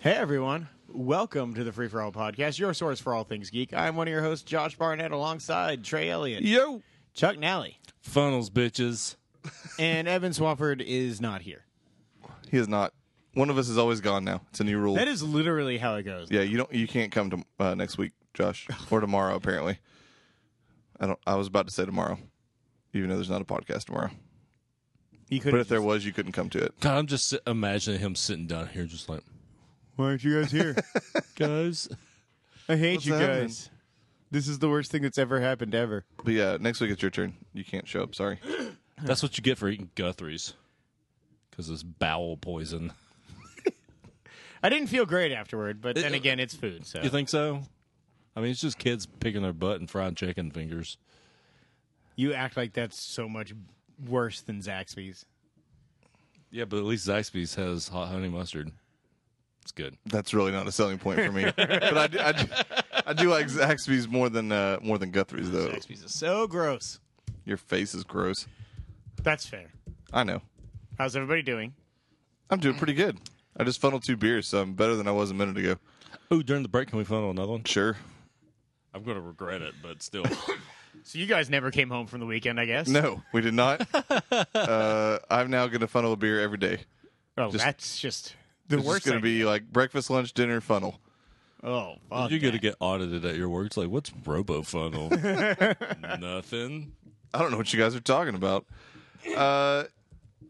Hey everyone, welcome to the Free for All podcast, your source for all things geek. I'm one of your hosts, Josh Barnett, alongside Trey Elliott, Yo, Chuck Nally, Funnels, bitches. and Evan Swafford is not here. he is not. One of us is always gone now. It's a new rule. That is literally how it goes. yeah, you don't. You can't come to uh, next week, Josh, or tomorrow. Apparently, I don't. I was about to say tomorrow, even though there's not a podcast tomorrow. He could. But if there was, you couldn't come to it. God, I'm just si- imagining him sitting down here, just like, why aren't you guys here? guys, I hate What's you happening? guys. This is the worst thing that's ever happened ever. But yeah, next week it's your turn. You can't show up. Sorry. that's what you get for eating Guthries, because it's bowel poison. I didn't feel great afterward, but then It- again, it's food. So You think so? I mean, it's just kids picking their butt and frying chicken fingers. you act like that's so much worse than Zaxby's. Yeah, but at least Zaxby's has hot honey mustard. It's good. That's really not a selling point for me. but I do, I, do, I do like Zaxby's more than uh, more than Guthrie's though. Zaxby's is so gross. Your face is gross. That's fair. I know. How's everybody doing? I'm doing pretty good. I just funneled two beers, so I'm better than I was a minute ago. Oh, during the break, can we funnel another one? Sure. I'm going to regret it, but still. So you guys never came home from the weekend, I guess. No, we did not. uh, I'm now going to funnel a beer every day. Oh, Just- that's just the It's worst. just going to be like breakfast, lunch, dinner, funnel. Oh, fuck You're going to that. get audited at your work. It's like, what's RoboFunnel? Nothing. I don't know what you guys are talking about. Uh,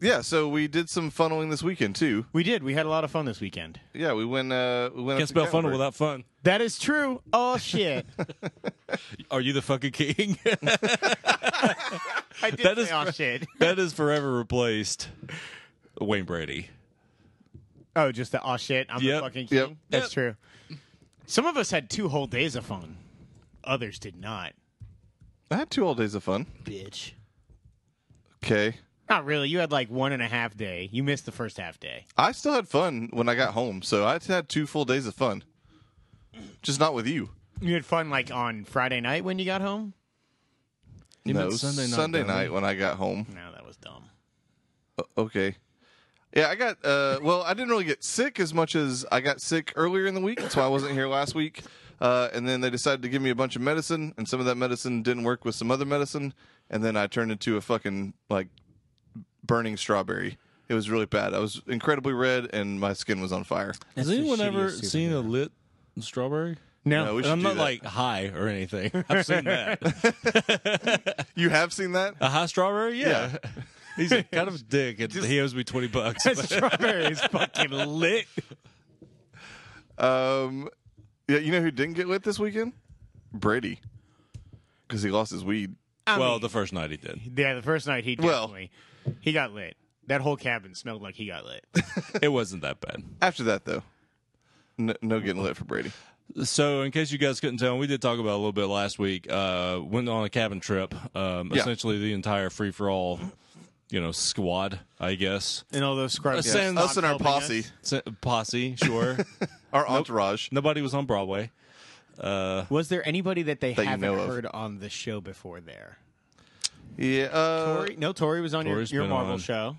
yeah, so we did some funneling this weekend too. We did. We had a lot of fun this weekend. Yeah, we went. Uh, we went. up Can't to spell funnel Gatlinburg. without fun. That is true. Oh shit! Are you the fucking king? I did That say is oh cor- shit. that is forever replaced Wayne Brady. Oh, just the oh shit. I'm Yep. the fucking king. Yep. That's true. Some of us had two whole days of fun. Others did not. I had two all days of fun. Bitch. Okay, Not really. You had like one and a half day. You missed the first half day. I still had fun when I got home, so I had two full days of fun. Just not with you. You had fun like on Friday night when you got home. You no, meant Sunday night, Sunday dummy. night when I got home. No, that was dumb. Okay. Yeah, I got uh well, I didn't really get sick as much as I got sick earlier in the week. That's why I wasn't here last week. Uh and then they decided to give me a bunch of medicine and some of that medicine didn't work with some other medicine and then I turned into a fucking like burning strawberry. It was really bad. I was incredibly red and my skin was on fire. Has That's the anyone ever shittiest soup seen a lit strawberry? No, No, we should And I'm do not that. like high or anything. I've seen that. You have seen that? a high strawberry? Yeah. Yeah. He's a kind of a dick. and he owes me 20 bucks. that strawberry is fucking lit. Um yeah, you know who didn't get lit this weekend? Brady. Cuz he lost his weed. I well, mean- the first night he did. Yeah, the first night he Well- definitely he got lit. That whole cabin smelled like he got lit. It wasn't that bad. After that though, no, no getting lit for Brady. So, in case you guys couldn't tell, we did talk about it a little bit last week. Uh, went on a cabin trip. Um, Yeah. Essentially, the entire free for all, you know, squad, I guess. And all those scrubs. Yeah. Sans- Us and our helping us. posse. Se- Posse, sure. Our entourage. Nobody was on Broadway. Was there anybody that they That you haven't know of. heard on the show before there? Yeah. Uh, Tori, no, Tori was on Tori's your, your been Marvel on. show.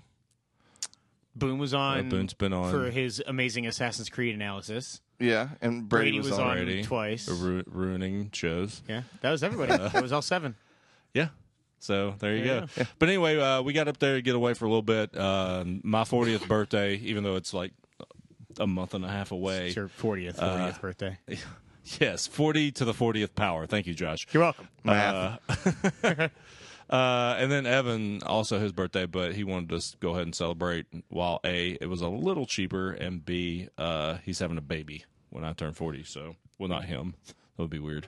Boone was on, Boone's been on. for his amazing Assassin's Creed analysis. Yeah, and Brady, was, on. on. twice. Ru- ruining shows. Yeah, that was everybody. it was all seven. Yeah. So there you There you go. go. But anyway, uh, we got up there to get away for a little bit. Uh, my 40th birthday, even though it's like a month and a half away. It's your 40th, Uh, 40th birthday. Yes, 40 to the 40th power. Thank you, Josh. You're welcome. Math. Uh, and then Evan, also his birthday, but he wanted to s- go ahead and celebrate while A, it was a little cheaper, and B, uh, he's having a baby when I turn 40. So, well, not him. That would be weird.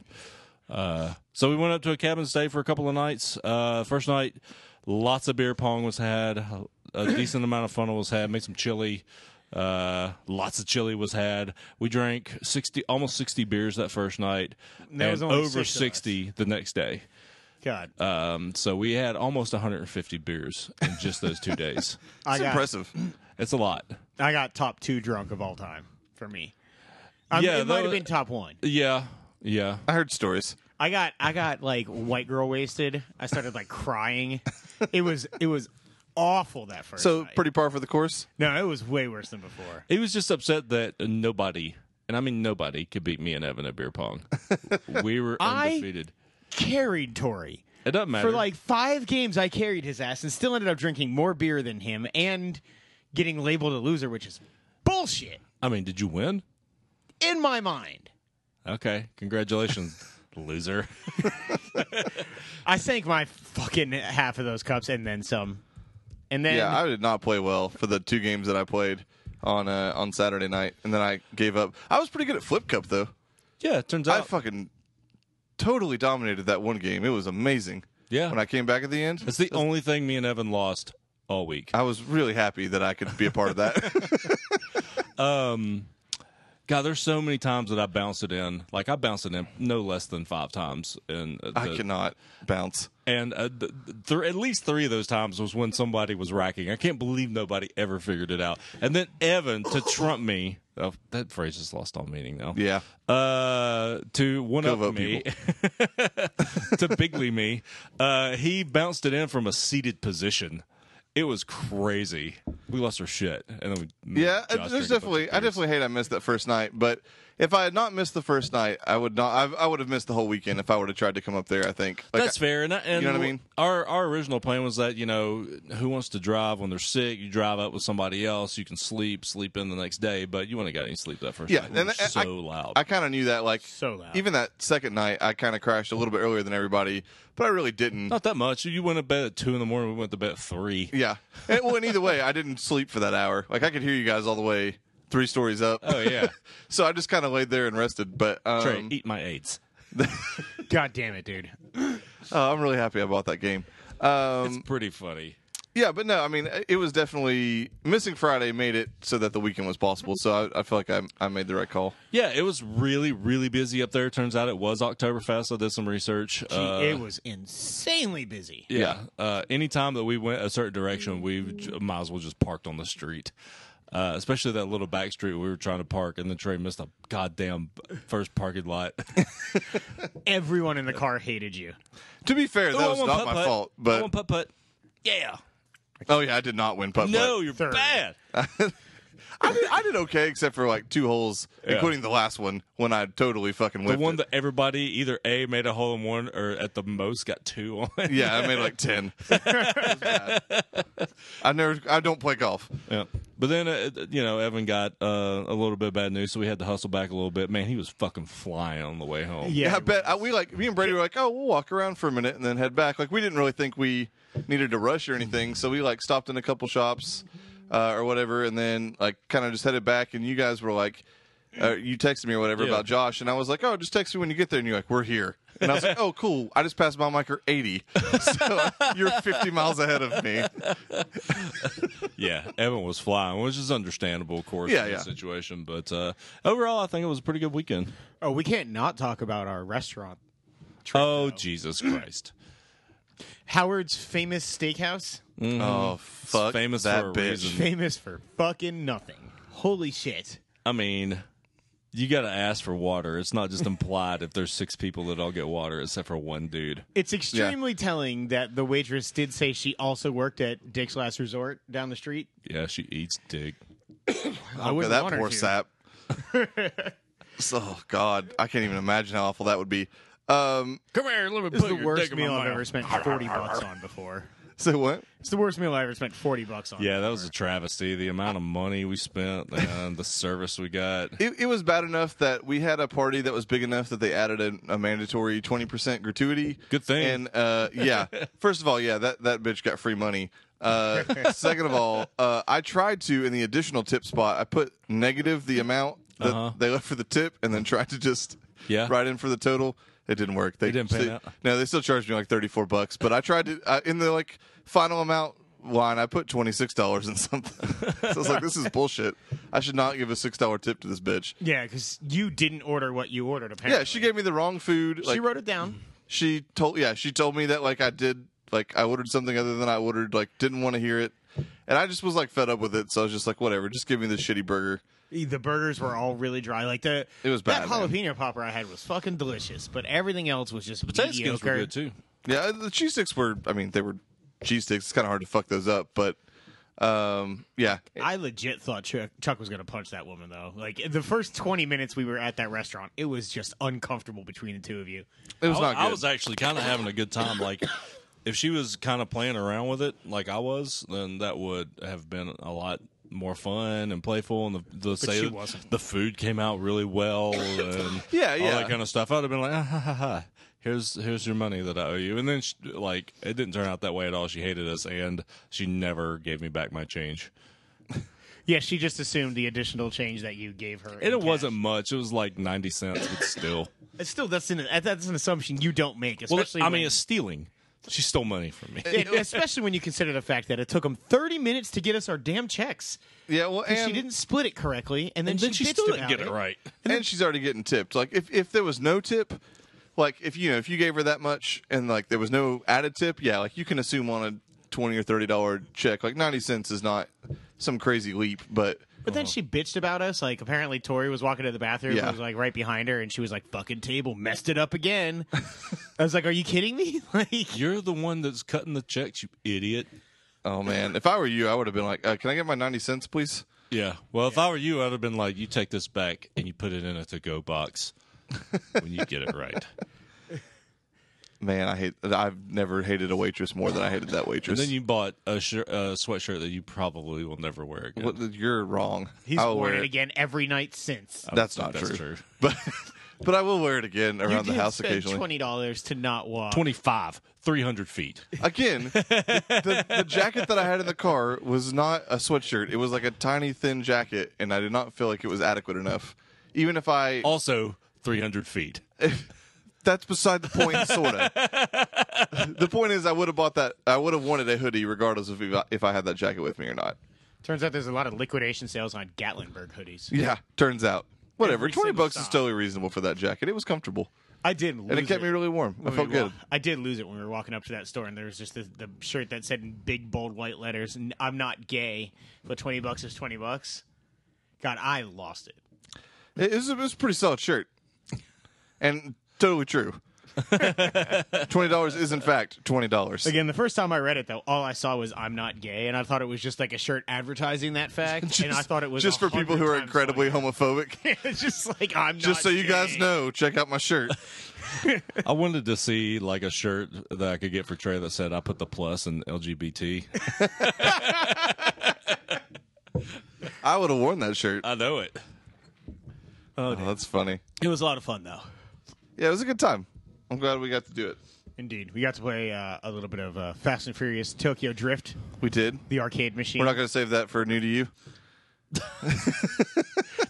Uh, so we went up to a cabin stay for a couple of nights. Uh, first night, lots of beer pong was had, a decent amount of fun was had, made some chili. Uh, lots of chili was had. We drank sixty, almost sixty beers that first night, there was and only over six of us. sixty the next day. God, Uh, Um, so we had almost 150 beers in just those two days. I It's got impressive. It's a lot. I got top two drunk of all time. for me. I mean, Yeah, it might that have was- been top one. Yeah, yeah. I heard stories. I got I got like white girl wasted. I started like crying. It was it was awful that first. So night. pretty par for the course. No, it was way worse than before. He was just upset that nobody, and I mean nobody, could beat me and Evan at beer pong. we were I- undefeated. Carried Tory. It doesn't matter. For like five games, I carried his ass and still ended up drinking more beer than him and getting labeled a loser, which is bullshit I mean, did you win? in my mind. Okay, congratulations, loser. I sank my fucking half of those cups and then some. And then Yeah, I did not play well for the two games that I played on uh, on Saturday night, and then I gave up. I was pretty good at flip cup though. Yeah, it turns I out. fucking totally dominated that one game. It was amazing. Yeah. When I came back at the end, It's the only thing me and Evan lost all week. I was really happy that I could be a part of that. God, there's so many times that I bounced it in. Like I bounced it in no less than five times, and uh, I the- cannot bounce. and uh, th- th- th- at least three of those times was when somebody was racking. I can't believe nobody ever figured it out. And then Evan to trump me. Oh, that phrase has lost all meaning now. Yeah. Uh, to one Go up vote, me, to bigly me, uh, he bounced it in from a seated position. It was crazy. We lost our shit, and then we Yeah, Josh drank a bunch there's of definitely. I beers. definitely hate I missed that first night, but if I had not missed the first night, I would not. I, I would have missed the whole weekend if I would have tried to come up there. I think. Like, That's fair, and, I- and You know what I mean? Our our original plan was that you know who wants to drive when they're sick? You drive up with somebody else. You can sleep, sleep in the next day, but you want to get any sleep that first Yeah, night. and It was I- so I- loud. I, kind of knew that. Like so loud. even that second night, I kind of crashed a little bit earlier than everybody, but I really didn't. Not that much. You went to bed at two in the morning. We went to bed at three. Yeah. And, well, and either way, I didn't sleep for that hour. Like I could hear you guys all the way three stories up. Oh yeah, so I just kind of laid there and rested. But Trey, um, eat my AIDS. God damn it, dude. oh, I'm really happy I bought that game. Um, Pretty funny. yeah, but no, I mean, it was definitely missing Friday made it so that the weekend was possible. So I, I feel like I, I made the right call. Yeah, it was really really busy up there. Turns out it was Oktoberfest. I did some research. Gee, Uh, it was insanely busy. yeah. Uh, anytime that we went a certain direction, we j- might as well just parked on the street. Uh, especially that little back street we were trying to park, and then Trey missed a goddamn b- first parking lot. Everyone in the car hated you. To be fair, that was not my fault. But putt putt. Yeah. oh yeah, I did not win putt. No, putt. you're Third. bad. I did, I did okay except for like two holes, Yeah. including the last one when I totally fucking The whipped one it. that everybody either a made a hole in one or at the most got two on. yeah, I made like ten. It was bad. I never. I don't play golf. Yeah. But then, uh, you know, Evan got uh, a little bit of bad news, so we had to hustle back a little bit. Man, he was fucking flying on the way home. Yeah, I bet I, we like me and Brady were like, oh, we'll walk around for a minute and then head back. Like we didn't really think we needed to rush or anything, so we like stopped in a couple shops uh, or whatever, and then like kind of just headed back. And you guys were like, uh, you texted me or whatever Yeah. about Josh, and I was like, oh, just text me when you get there. And you're like, we're here. And I was like, oh, cool. I just passed my micro 80, so you're 50 miles ahead of me. yeah, Evan was flying, which is understandable, of course, Yeah, in the yeah. situation. But uh, overall, I think it was a pretty good weekend. Oh, we can't not talk about our restaurant. oh, Jesus Christ. Howard's famous steakhouse, Oh, fuck. Mm. famous that for a bitch. reason. famous for fucking nothing. Holy shit. I mean, you got to ask for water. It's not just implied if there's six people that all get water except for one dude. It's extremely telling that the waitress did say she also worked at Dick's Last Resort down the street. Yeah, she eats dick. I Okay, wouldn't that want her poor to. sap. So- oh God, I can't even imagine how awful that would be. Um, Come here, let me This is the worst meal I've ever spent forty bucks on before. so what? It's the worst meal I ever spent forty bucks on. Yeah, that was a travesty. The amount of money we spent and the service we got. It, it was bad enough that we had a party that was big enough that they added a, a mandatory twenty percent gratuity. Good thing. And uh, yeah, first of all, yeah, that that bitch got free money. Uh, second of all, uh, I tried to in the additional tip spot, I put negative the amount that Uh-huh. they left for the tip, and then tried to just Yeah. write in for the total. It didn't work. They didn't pan they- out. No, they still charged me like thirty four bucks, but I tried to uh, in the like final amount line. I put twenty six dollars in something. so I was like, this is bullshit. I should not give a six dollar tip to this bitch. yeah, because you didn't order what you ordered. Apparently, Yeah, she gave me the wrong food. Like, she wrote it down. she told yeah she told me that like I did like I ordered something other than I ordered like didn't want to hear it. And I just was like fed up with it, so I was just like, whatever, just give me the shitty burger. Mm-hmm. The burgers were all really dry. Like the It was that bad, man. jalapeno popper I had was fucking delicious, but everything else was just Potato skins mediocre. were good too. Yeah, the cheese sticks were. I mean, they were cheese sticks. It's kind of hard to fuck those up, but um, yeah, I legit thought Chuck, Chuck was going to punch that woman though. Like the first twenty minutes we were at that restaurant, it was just uncomfortable between the two of you. it was I, not I good. was actually kind of having a good time. Like, if she was kind of playing around with it, like I was, then that would have been a lot more fun and playful. And the the, say she that wasn't. the food came out really well, and Yeah, all yeah. that kind of stuff. I'd have been like, ah, ha ha ha. Here's here's your money that I owe you, and then she, like it didn't turn out that way at all. She hated us, and she never gave me back my change. Yeah, she just assumed the additional change that you gave her. And in it wasn't cash. much; it was like ninety cents, but still. It's Still, that's an that's an assumption you don't make, well, especially. I mean, when- it's stealing. She stole money from me. And especially when you consider the fact that it took them 30 minutes to get us our damn checks. yeah, well, And and she didn't split it correctly, and then, And then she bitched still didn't about get it right. and she's already getting tipped. Like if if there was no tip, like if you know if you gave her that much and like there was no added tip, yeah, like you can assume on a twenty or thirty dollar check, like ninety cents is not some crazy leap, but But Oh. then she bitched about us. Like apparently Tori was walking to the bathroom. and Yeah. I was like right behind her, and she was like, "Fucking table messed it up again." I was like, "Are you kidding me?" Like, You're the one that's cutting the checks, you idiot. oh man, if I were you, I would have been like, uh, can I get my ninety cents, please? Yeah. Well, if I were you, I'd have been like, you take this back and you put it in a to go box when you get it right. Man, I hate. I've never hated a waitress more than I hated that waitress. And then you bought a, shir- a sweatshirt that you probably will never wear again. What- you're wrong. he's Oh, I will worn wear it again every night since. I don't That's think not true. but but I will wear it again You around the did house spend occasionally. Twenty dollars to not walk. 25, 300 feet. Again, the, the, the jacket that I had in the car was not a sweatshirt. It was like a tiny thin jacket, and I did not feel like it was adequate enough. Even if I, Also, 300 feet. that's beside the point, sorta. the point is, I would have bought that. I would have wanted a hoodie, regardless of if I, if I had that jacket with me or not. Turns out there's a lot of liquidation sales on Gatlinburg hoodies. Yeah, turns out, whatever. Every Twenty single bucks is stop. totally reasonable for that jacket. It was comfortable, I did, lose and it kept me really warm. I when we felt good. wa- I did lose it when we were walking up to that store, and there was just the, the shirt that said in big bold white letters, "N- "I'm not gay, but twenty bucks is twenty bucks." God, I lost it. It it was, it was a pretty solid shirt, and totally true. twenty dollars is in fact twenty dollars. Again, the first time I read it, though, all I saw was "I'm not gay," and I thought it was just like a shirt advertising that fact, and I thought it was just for 100 people who are times incredibly homophobic. funnier. it's just like I'm just not so you gay. guys know, check out my shirt. I wanted to see like a shirt that I could get for Trey that said, I put the plus in LGBT. I would have worn that shirt. I know it. Oh, that's funny. It was a lot of fun, though. Yeah, it was a good time. I'm glad we got to do it. Indeed, we got to play uh, a little bit of uh, Fast and Furious Tokyo Drift, We did. the arcade machine. We're not going to save that for new to you.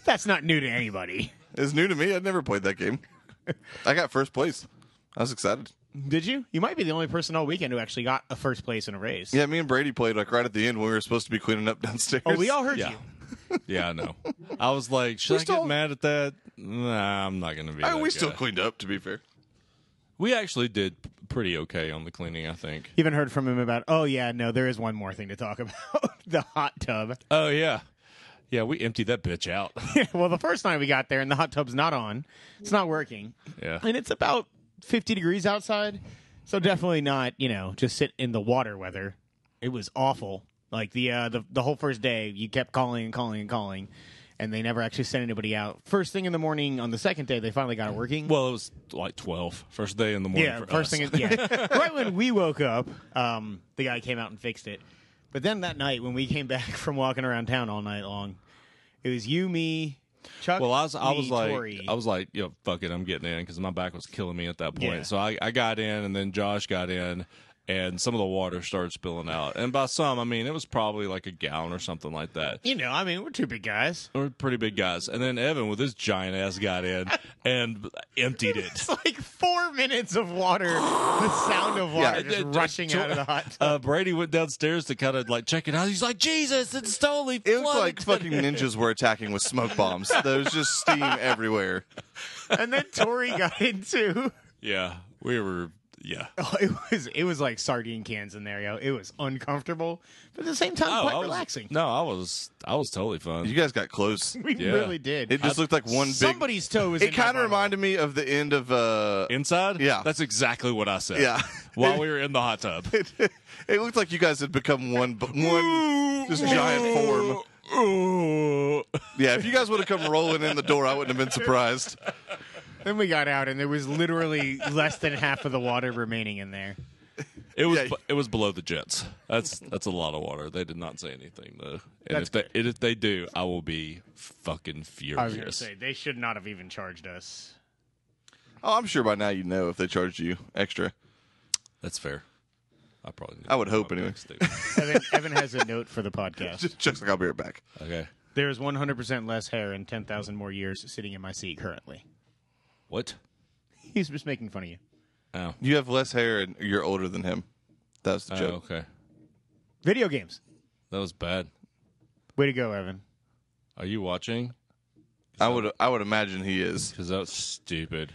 That's not new to anybody. It's new to me. I'd never played that game. I got first place. I was excited. Did you? You might be the only person all weekend who actually got a first place in a race. Yeah, me and Brady played like right at the end when we were supposed to be cleaning up downstairs. Oh, we all heard Yeah. you. Yeah, I know. I was like, should I still- get mad at that? Nah, I'm not going to be. I mean, that we still guy. cleaned up, to be fair. We actually did p- pretty okay on the cleaning, I think. You haven't heard from him about. Oh yeah, no, there is one more thing to talk about: the hot tub. Oh yeah, yeah. We emptied that bitch out. well, the first night we got there, and the hot tub's not on; it's not working, yeah. and it's about fifty degrees outside, so definitely not. You know, just sit in the water weather. It was awful. Like the uh, the the whole first day, you kept calling and calling and calling, and they never actually sent anybody out. First thing in the morning on the second day, they finally got it working. Well, it was like twelve. First day in the morning. Yeah, for first us. thing. Is, yeah, right when we woke up, um, the guy came out and fixed it. But then that night, when we came back from walking around town all night long, it was you, me, Chuck. Well, I was, I me, was like, Tori. I was like, yo, fuck it, I'm getting in because my back was killing me at that point. Yeah. So I, I got in, and then Josh got in, and some of the water started spilling out. And by some, I mean it was probably like a gallon or something like that. you know, I mean, we're two big guys. We're pretty big guys. And then Evan with his giant ass got in and emptied it. It's like four minutes of water, the sound of water Yeah, just Uh, rushing Tor- out of the hot tub. Uh, Brady went downstairs to kind of like check it out. He's like, Jesus, it's totally It looked flooded like fucking ninjas were attacking with smoke bombs. There was just steam everywhere. and then Tori got in too. Yeah, we were. Yeah. Oh, it was it was like sardine cans in there, yo. It was uncomfortable, but at the same time, quite Oh, I was, relaxing. No, I was I was totally fine. You guys got close. we yeah. really did. It just looked like one big. Somebody's toe was. It kind of reminded me of the end of uh, Inside? Yeah. That's exactly what I said. Yeah. While we were in the hot tub. it, it looked like you guys had become one b- one just giant form. Yeah, if you guys would have come rolling in the door, I wouldn't have been surprised. Then we got out, and there was literally less than half of the water remaining in there. It was Yeah. it was below the jets. That's that's a lot of water. They did not say anything though. And That's if they and if they do, I will be fucking I was gonna furious. say they should not have even charged us. Oh, I'm sure by now you know if they charged you extra. That's fair. I probably need I would hope to- anyway. Evan, Evan has a note for the podcast. Just Chuck's like, I'll be right back. Okay. There is 100% less hair and 10,000 more years sitting in my seat currently. What? He's just making fun of you. Oh. You have less hair and you're older than him. That's the Oh, joke. okay. Video games. That was bad. Way to go, Evan. Are you watching? I would I would imagine he is. Because that's stupid.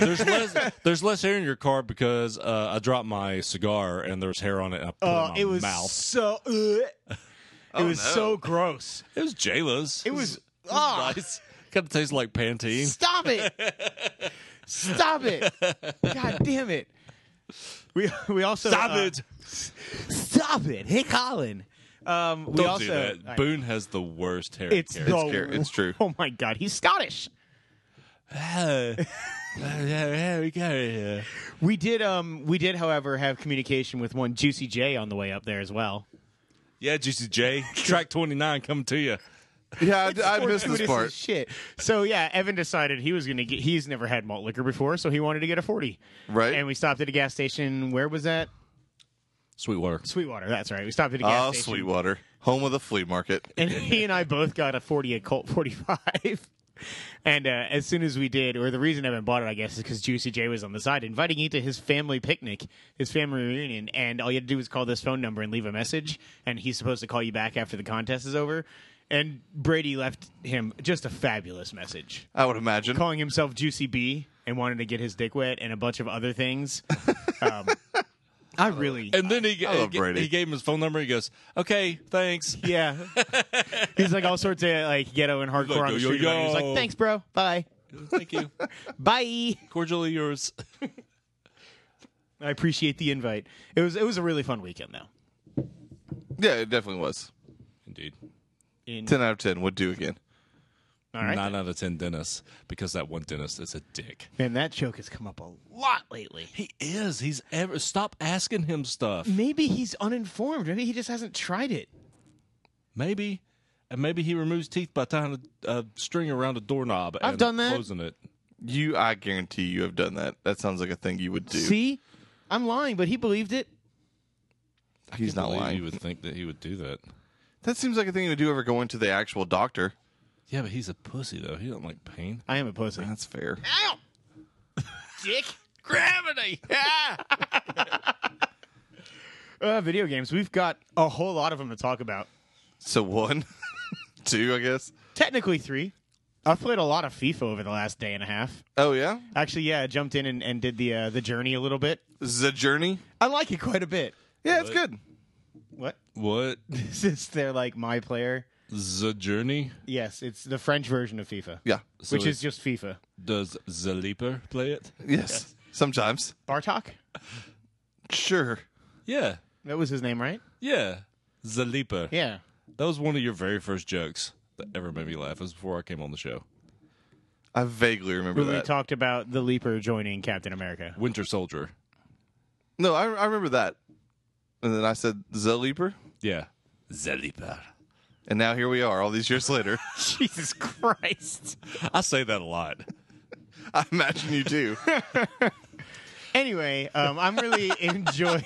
There's less there's less hair in your car because uh, I dropped my cigar and there was hair on it. And I put Uh, Oh, it, in my mouth. so. it was Oh, no. so gross. It was Jayla's. It was. Ah, nice. Kind of tastes like Pantene. stop it! Stop it! God damn it! We we also Stop uh, it! Stop it! Hey, Colin. Um, we Don't also do that. I- Boone has the worst hair. It's care. the care- it's true. Oh my god, he's Scottish. Ah, we got it here. We did um we did however have communication with one Juicy J on the way up there as well. Yeah, Juicy J. Track 29 coming to you. Yeah, I, I missed Fortuitous this as part. Shit. So yeah, Evan decided he was going to get he's never had malt liquor before, so he wanted to get a 40. Right. And we stopped at a gas station. Where was that? Sweetwater. Sweetwater. That's right. We stopped at a gas Oh, station. Sweetwater, home of the flea market. And he and I both got a 40 at Colt 45. And uh, as soon as we did, or the reason Evan bought it, I guess, is because Juicy J was on the side inviting you to his family picnic, his family reunion. And all you had to do was call this phone number and leave a message. And he's supposed to call you back after the contest is over. And Brady left him just a fabulous message, I would imagine. calling himself Juicy B and wanted to get his dick wet and a bunch of other things. Um, I really. And then he, I love he, Brady. he gave him his phone number. He goes, okay, thanks. Yeah. He's like all sorts of like ghetto and hardcore like, on the yo, street. yo, around. He's yo. like, thanks, bro. Bye. Thank you. Bye. Cordially yours. I appreciate the invite. It was it was a really fun weekend though. Yeah, it definitely was. Indeed. In, Ten out of ten would do again. all right. Nine out of 10 dentists because that one dentist is a dick. Man, that joke has come up a lot lately. He is. He's ever. Stop asking him stuff. Maybe he's uninformed. Maybe he just hasn't tried it. Maybe. And maybe he removes teeth by tying a, a string around a doorknob. I've and done that. Closing it. You, I guarantee you have done that. That sounds like a thing you would do. See? I'm lying, but he believed it. He's not lying. You would think that he would do that. That seems like a thing you would do ever going to the actual doctor. Yeah, but he's a pussy though. He don't like pain. I am a pussy. That's fair. Ow! Dick. Gravity. Uh, video games. We've got a whole lot of them to talk about. So one, two, I guess. Technically three. I've played a lot of FIFA over the last day and a half. Oh yeah, Actually, yeah, I jumped in and, and did the uh, the journey a little bit. the journey. I like it quite a bit. Yeah, it's good. What? What? Since they're like my player. The journey? Yes, it's the French version of FIFA. Yeah. So which is it's- just FIFA. does the leaper play it? Yes. Sometimes. Bartok? Sure. Yeah, That was his name, right? yeah. The leaper. Yeah. That was one of your very first jokes that ever made me laugh. It was before I came on the show. I vaguely remember When we that. talked about the Leaper joining Captain America. Winter Soldier. no, I, I remember that. And then I said the leaper, Yeah. The leaper. and now here we are, all these years later. Jesus Christ. I say that a lot. I imagine you do. Anyway, um, I'm really enjoying.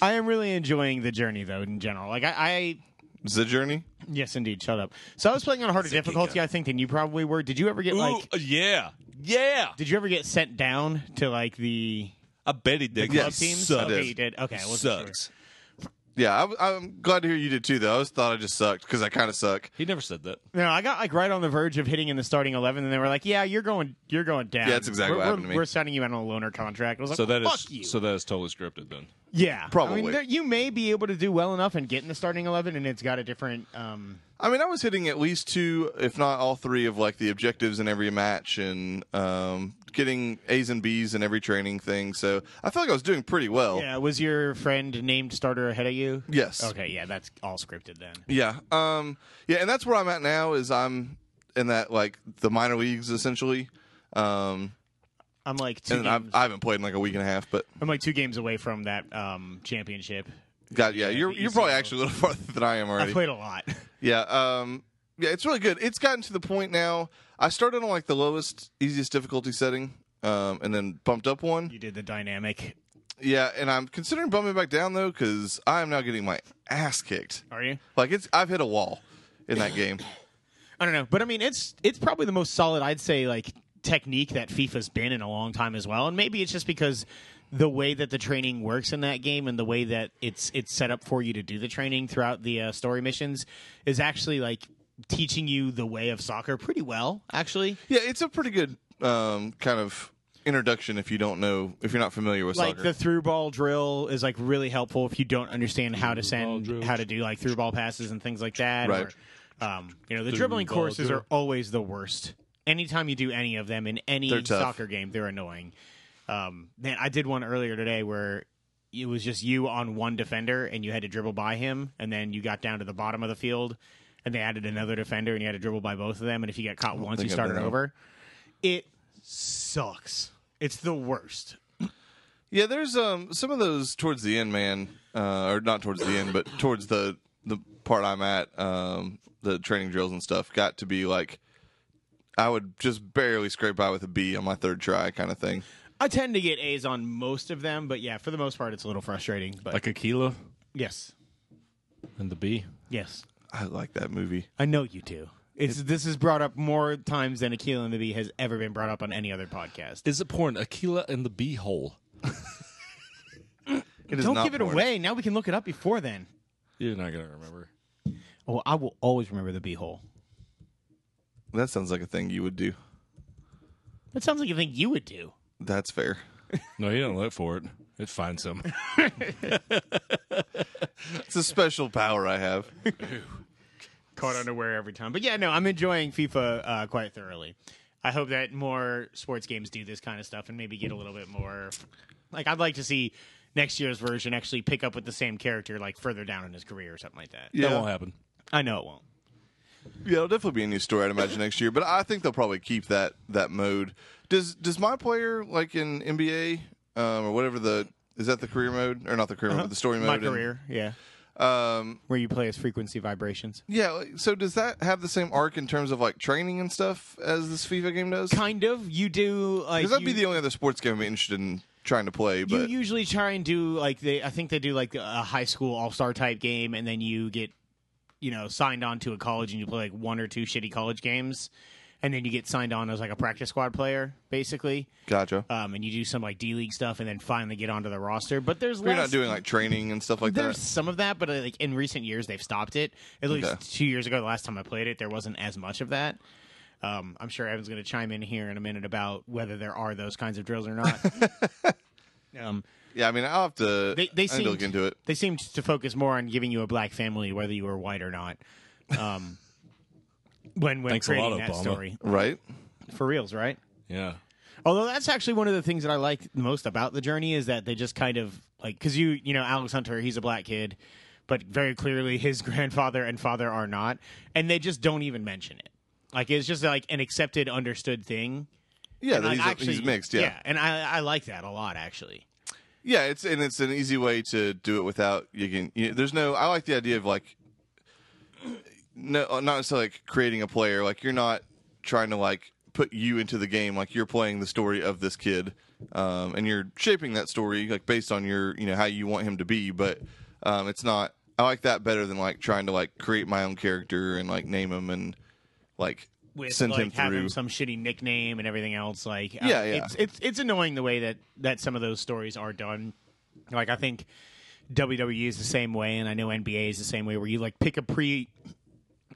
I am really enjoying the journey, though, in general. Like, I. I the journey. Yes, indeed. Shut up. So I was playing on harder difficulty, I think, than you probably were. Did you ever get Ooh, uh, like? yeah, yeah. Did you ever get sent down to like the I bet he did. club Yes, teams? sucks. Okay, you did. Okay, I wasn't sure. sucks. Yeah, I, am glad to hear you did too. Though I always thought I just sucked because I kind of suck. He never said that. No, I got like right on the verge of hitting in the starting eleven, and they were like, "Yeah, you're going, you're going down." Yeah, that's exactly we're, what we're- happened to me. We're signing you out on a loaner contract. I was like, So that is "Fuck you." so that is totally scripted then. yeah, I Probably. mean, there, you may be able to do well enough and get in the starting eleven, and it's got a different. Um, I mean, I was hitting at least two, if not all three, of like the objectives in every match and um, getting A's and B's in every training thing. So I feel like I was doing pretty well. yeah, was your friend named starter ahead of you? Oh. Yes. Okay, yeah, that's all scripted then. Yeah. Um yeah, and that's where I'm at now is I'm in that like the minor leagues essentially. Um I'm like two. and I've, Games, I haven't played in like a week and a half, but I'm like two games away from that um, championship. God, yeah, you're the you're probably ECL. actually a little farther than I am I already. played a lot. Yeah, um yeah, it's really good. It's gotten to the point now. I started on like the lowest easiest difficulty setting um and then bumped up one. you did the dynamic. Yeah, and I'm considering bumping back down though cuz I am now getting my ass kicked. Are you? Like it's I've hit a wall in that game. I don't know, but I mean, it's it's probably the most solid I'd say like technique that FIFA's been in a long time as well, and maybe it's just because the way that the training works in that game and the way that it's it's set up for you to do the training throughout the uh, story missions is actually like teaching you the way of soccer pretty well actually Yeah, it's a pretty good um, kind of introduction if you don't know if you're not familiar with like soccer. the through ball drill is like really helpful if you don't understand how to ball send drill. how to do like through ball passes and things like that Right. or, um, you know the dribbling ball courses drill. are always the worst anytime you do any of them in any They're tough. soccer game they're annoying um, man i did one earlier today where it was just you on one defender and you had to dribble by him and then you got down to the bottom of the field and they added another defender and you had to dribble by both of them and if you got caught once you think I've started been out. over it sucks it's the worst yeah, there's um, some of those towards the end, man, uh, or not towards the end, but towards the the part I'm at, um, the training drills and stuff, got to be like. I would just barely scrape by with a B on my third try, kind of thing. I tend to get A's on most of them, but yeah, for the most part, it's a little frustrating. But Like Aquila yes, and the bee. yes, I like that movie. I know you do. It's this is brought up more times than Aquila and the Bee has ever been brought up on any other podcast. Is it porn? Aquila and the bee hole. It is Don't not give it porn. away. Now we can look it up before then. You're not gonna remember. Oh, I will always remember the beehole. That sounds like a thing you would do. That sounds like a thing you would do. That's fair. No, you don't look for it. It finds him. It's a special power I have. Caught underwear every time. But yeah, no, I'm enjoying FIFA uh, quite thoroughly. I hope that more sports games do this kind of stuff and maybe get a little bit more. Like, I'd like to see next year's version actually pick up with the same character, like further down in his career or something like that. Yeah. That won't happen. I know it won't. Yeah, it'll definitely be a new story. I'd imagine next year, but I think they'll probably keep that that mode. Does does my player like in NBA um, or whatever the is that the career mode or not the career mode, the story Uh-huh. My mode? in- career, yeah. um, Where you play as frequency vibrations. yeah. like, So does that have the same arc in terms of like training and stuff as this FIFA game does? Because Kind of. You do like that'd you, be the only other sports game I'm interested in trying to play. you But usually try and do like they I think they do like a high school all star type game and then you get you know, signed on to a college and you play like one or two shitty college games and then you get signed on as like a practice squad player, basically. gotcha. Um, and you do some like D League stuff and then finally get onto the roster. But there's You're less not doing like training and stuff like There's that. some of that, but uh, like in recent years, they've stopped it. At least Okay. two years ago, the last time I played it, there wasn't as much of that. Um, I'm sure Evan's going to chime in here in a minute about whether there are those kinds of drills or not. um, Yeah, I mean, I'll have to. They- they I need to look seemed- into it. they seemed to focus more on giving you a black family, whether you were white or not. Um, when when Thanks a creating lot, that Obama. story Right. for reals, right? Yeah. Although that's actually one of the things that I like most about the journey is that they just kind of like because you you know Alex Hunter he's a black kid, but very clearly his grandfather and father are not, and they just don't even mention it. Like it's just like an accepted, understood thing. Yeah, And, that like, he's, he's mixed. Yeah. and I I like that a lot actually. Yeah, it's and it's an easy way to do it without you can. You there's no. I like the idea of like, no, uh, not necessarily like creating a player. Like you're not trying to like put you into the game. Like you're playing the story of this kid, um, and you're shaping that story like based on your you know how you want him to be. But um, it's not. I like that better than like trying to like create my own character and like name him and like With send like him having through. some shitty nickname and everything else, like uh, Yeah, yeah. it's it's it's annoying the way that that some of those stories are done. Like I think WWE is the same way, and I know NBA is the same way, where you like pick a pre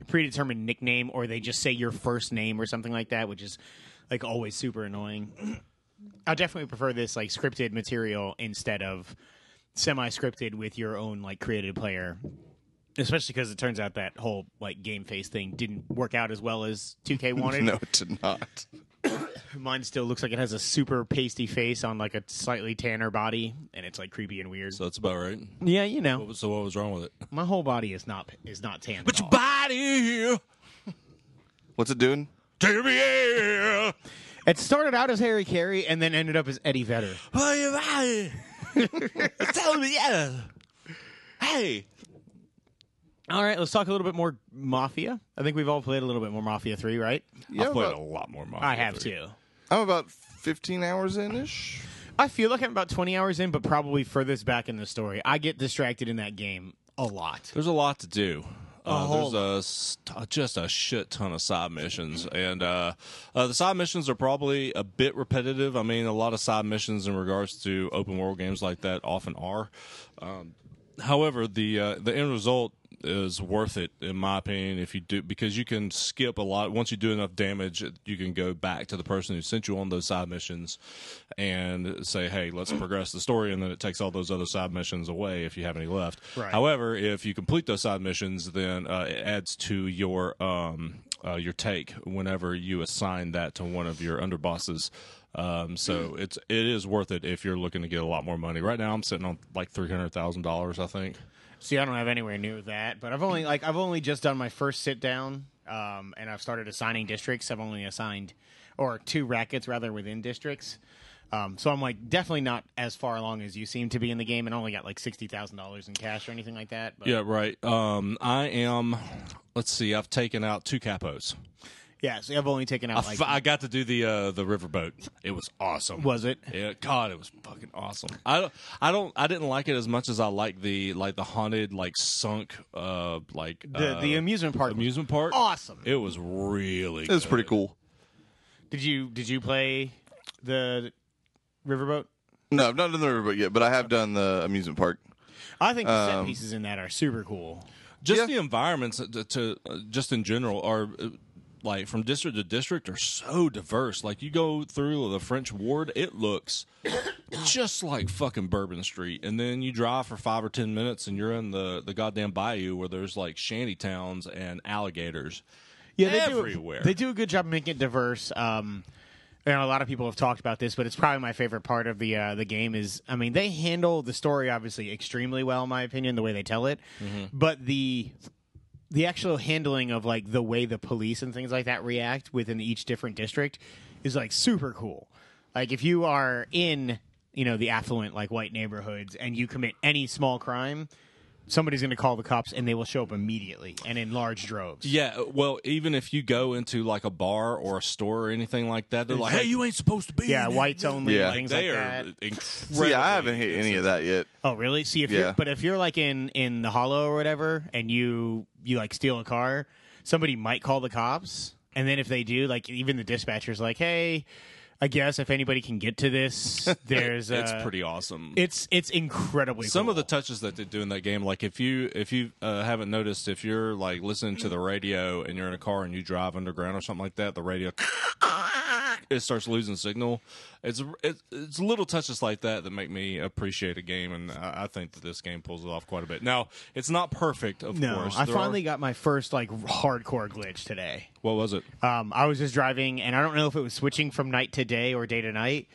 predetermined nickname, or they just say your first name or something like that, which is like always super annoying. I definitely prefer this like scripted material instead of semi scripted with your own like created player, especially because it turns out that whole like game face thing didn't work out as well as 2K wanted. No, it did not. Mine still looks like it has a super pasty face on like a slightly tanner body, and it's like creepy and weird. So that's about right. yeah, you know. What was- So what was wrong with it? My whole body is not is not tan. Put your body here. What's it doing? Take me here. It started out as Harry Carey and then ended up as Eddie Vedder. Put your body. Tell me yes. Hey. All right, let's talk a little bit more Mafia. I think we've all played a little bit more Mafia Three, right? Yeah, I've played about- a lot more Mafia. I have 3. too. I'm about 15 hours in ish. I feel like I'm about 20 hours in, but probably furthest back in the story. I get distracted in that game a lot. There's a lot to do. Uh, whole there's a st- just a shit ton of side missions, and uh, uh, the side missions are probably a bit repetitive. I mean, a lot of side missions in regards to open world games like that often are. Um, however, the uh, the end result is worth it, in my opinion, if you do because you can skip a lot. Once you do enough damage, you can go back to the person who sent you on those side missions and say, "Hey, let's progress the story," and then it takes all those other side missions away if you have any left. Right. However, if you complete those side missions, then uh, it adds to your um, uh, your take whenever you assign that to one of your underbosses. Um, so it's it is worth it if you're looking to get a lot more money. Right now, I'm sitting on like three hundred thousand dollars, I think. See, I don't have anywhere near that, but I've only like I've only just done my first sit down, um, and I've started assigning districts. I've only assigned or two rackets rather within districts. Um, so I'm like definitely not as far along as you seem to be in the game, and only got like sixty thousand dollars in cash or anything like that. But Yeah, right. Um, I am. Let's see. I've taken out two capos. yeah, so I've only taken out like I got to do the uh, the riverboat. It was awesome. was it? Yeah, God, it was fucking awesome. I don't, I don't, I didn't like it as much as I like the like the haunted, like sunk, uh, like The uh, the amusement park. amusement park. Awesome. It was really. It was good. pretty cool. Did you did you play the riverboat? No, I've not done the riverboat yet, but I have done the amusement park. I think the set pieces in that are super cool. Just Yeah. the environments to, to uh, just in general are. uh, Like from district to district are so diverse. Like you go through the French ward, it looks just like fucking Bourbon Street, and then you drive for five or ten minutes, and you're in the the goddamn bayou where there's like shanty towns and alligators. Yeah, they Everywhere. Do, they do a good job making it diverse. Um, you know, a lot of people have talked about this, but it's probably my favorite part of the uh, the game. Is I mean, they handle the story obviously extremely well, in my opinion, the way they tell it. But the the actual handling of like the way the police and things like that react within each different district is like super cool. Like if you are in you know the affluent like white neighborhoods and you commit any small crime. Somebody's going to call the cops, and they will show up immediately and in large droves. Yeah, uh, well, even if you go into like a bar or a store or anything like that, they're like, "Hey, you ain't supposed to be." Yeah, in here." whites only, Yeah. and things like they that. are incredible. See, I haven't hit any of that yet. Oh, really? See if Yeah. you're, but if you're like in in the hollow or whatever, and you you like steal a car, somebody might call the cops, and then if they do, like even the dispatcher's like, hey. I guess if anybody can get to this, there's uh, It's pretty awesome. It's it's incredibly. Some of cool. the touches that they do in that game, like if you if you uh, haven't noticed, if you're like listening to the radio and you're in a car and you drive underground or something like that, the radio it starts losing signal. It's it's, it's little touches like that that make me appreciate a game, and I, I think that this game pulls it off quite a bit. Now, it's not perfect, of no, course. I There are- finally got my first like hardcore glitch today. what was it? Um, I was just driving, and I don't know if it was switching from night to day or day to night,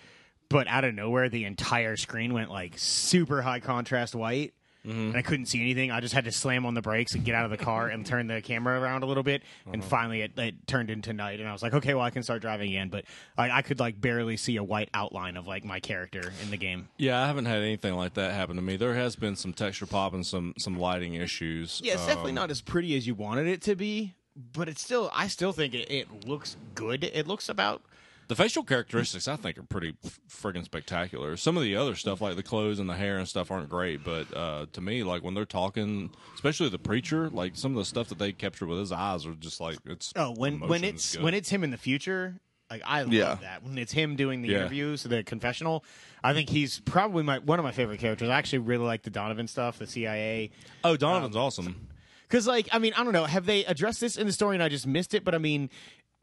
but out of nowhere, the entire screen went like super high contrast white, and I couldn't see anything. I just had to slam on the brakes and get out of the car and turn the camera around a little bit, and finally it, it turned into night, and I was like, okay, well, I can start driving again. But I, I could like barely see a white outline of like my character in the game. Yeah, I haven't had anything like that happen to me. There has been some texture pop and some some lighting issues. Um, Yeah, it's definitely not as pretty as you wanted it to be, but it's still, I still think it, it looks good. It looks about. The facial characteristics I think are pretty f- friggin' spectacular. Some of the other stuff, like the clothes and the hair and stuff, aren't great. But uh, to me, like when they're talking, especially the preacher, like some of the stuff that they capture with his eyes are just like it's. Oh, when when emotion is it's good. when it's him in the future, Like I love Yeah. that when it's him doing the Yeah. interviews, the confessional. I think he's probably my one of my favorite characters. I actually really like the Donovan stuff, the CIA. Oh, Donovan's Um, awesome. Because, like, I mean, I don't know. Have they addressed this in the story and I just missed it? But I mean,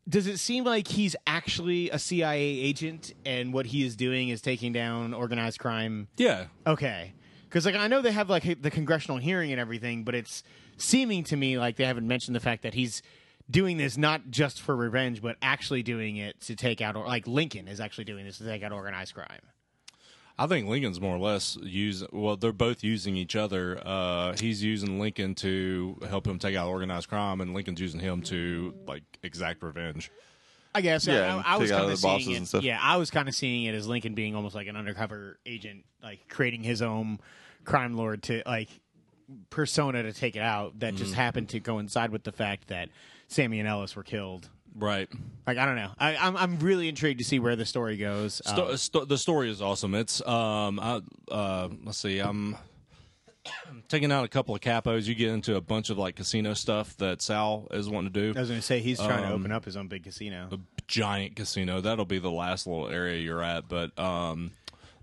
does it seem like he's actually a CIA agent and what he is doing is taking down organized crime? Yeah, Okay. Because, like, I know they have, like, the congressional hearing and everything, but it's seeming to me like they haven't mentioned the fact that he's doing this not just for revenge, but actually doing it to take out, or like, Lincoln is actually doing this to take out organized crime. I think Lincoln's more or less use. Well, they're both using each other. Uh, he's using Lincoln to help him take out organized crime, and Lincoln's using him to like exact revenge. I guess. Yeah, Yeah, I, I and was take out kind other of seeing bosses it. and stuff. Yeah, I was kind of seeing it as Lincoln being almost like an undercover agent, like creating his own crime lord to like persona to take it out. That Mm. just happened to coincide with the fact that Sammy and Ellis were killed. Right. Like I don't know. I, I'm I'm really intrigued to see where the story goes. Um, Sto- Uh, sto- the story is awesome. It's um, I, uh, let's see, I'm taking out a couple of capos. You get into a bunch of like casino stuff that Sal is wanting to I do. was going to say he's trying to Um, uh, open up his own big casino. A giant casino. That'll be the last little area you're at. But um,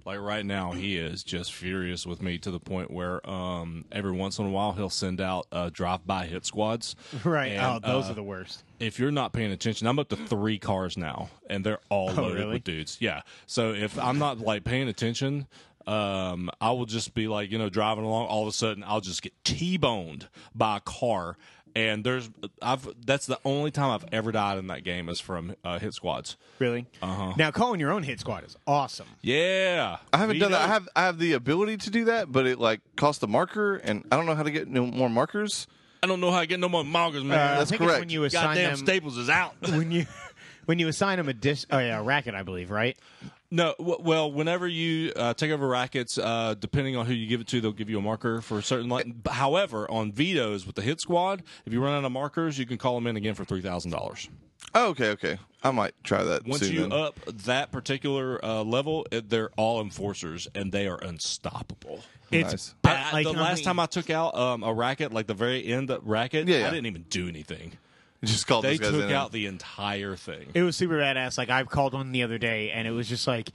like right now, he is just furious with me to the point where um, every once in a while he'll send out uh, drive-by hit squads. Right. And, oh, those uh, are the worst. if you're not paying attention, I'm up to three cars now, and they're all loaded Oh, really? with dudes. Yeah. So if I'm not like paying attention, um, I will just be like, you know, driving along. All of a sudden, I'll just get t-boned by a car. And there's, I've that's the only time I've ever died in that game is from uh, hit squads. Really. Uh-huh. Now calling your own hit squad is awesome. Yeah. I haven't done that. I Vito. have I have the ability to do that, but it like costs a marker, and I don't know how to get no more markers. I don't know how I get no more markers, man. Uh, That's I think it's when correct. you assign Goddamn them Staples is out. when you when you assign them a dis oh yeah a racket I believe right. No, w- well, whenever you uh, take over rackets, uh, depending on who you give it to, they'll give you a marker for a certain. Li- but However, on vetoes with the hit squad, if you run out of markers, you can call them in again for three thousand dollars. Oh, okay, okay. I might try that Once soon. you uh, then. up that particular uh, level, it, they're all enforcers and they are unstoppable. It's Nice. ba- I- like, the I last mean- time I took out um, a racket, like the very end of racket, Yeah, yeah. I didn't even do anything. just call They those guys took in. out the entire thing. it was super badass. Like I called one the other day, and it was just like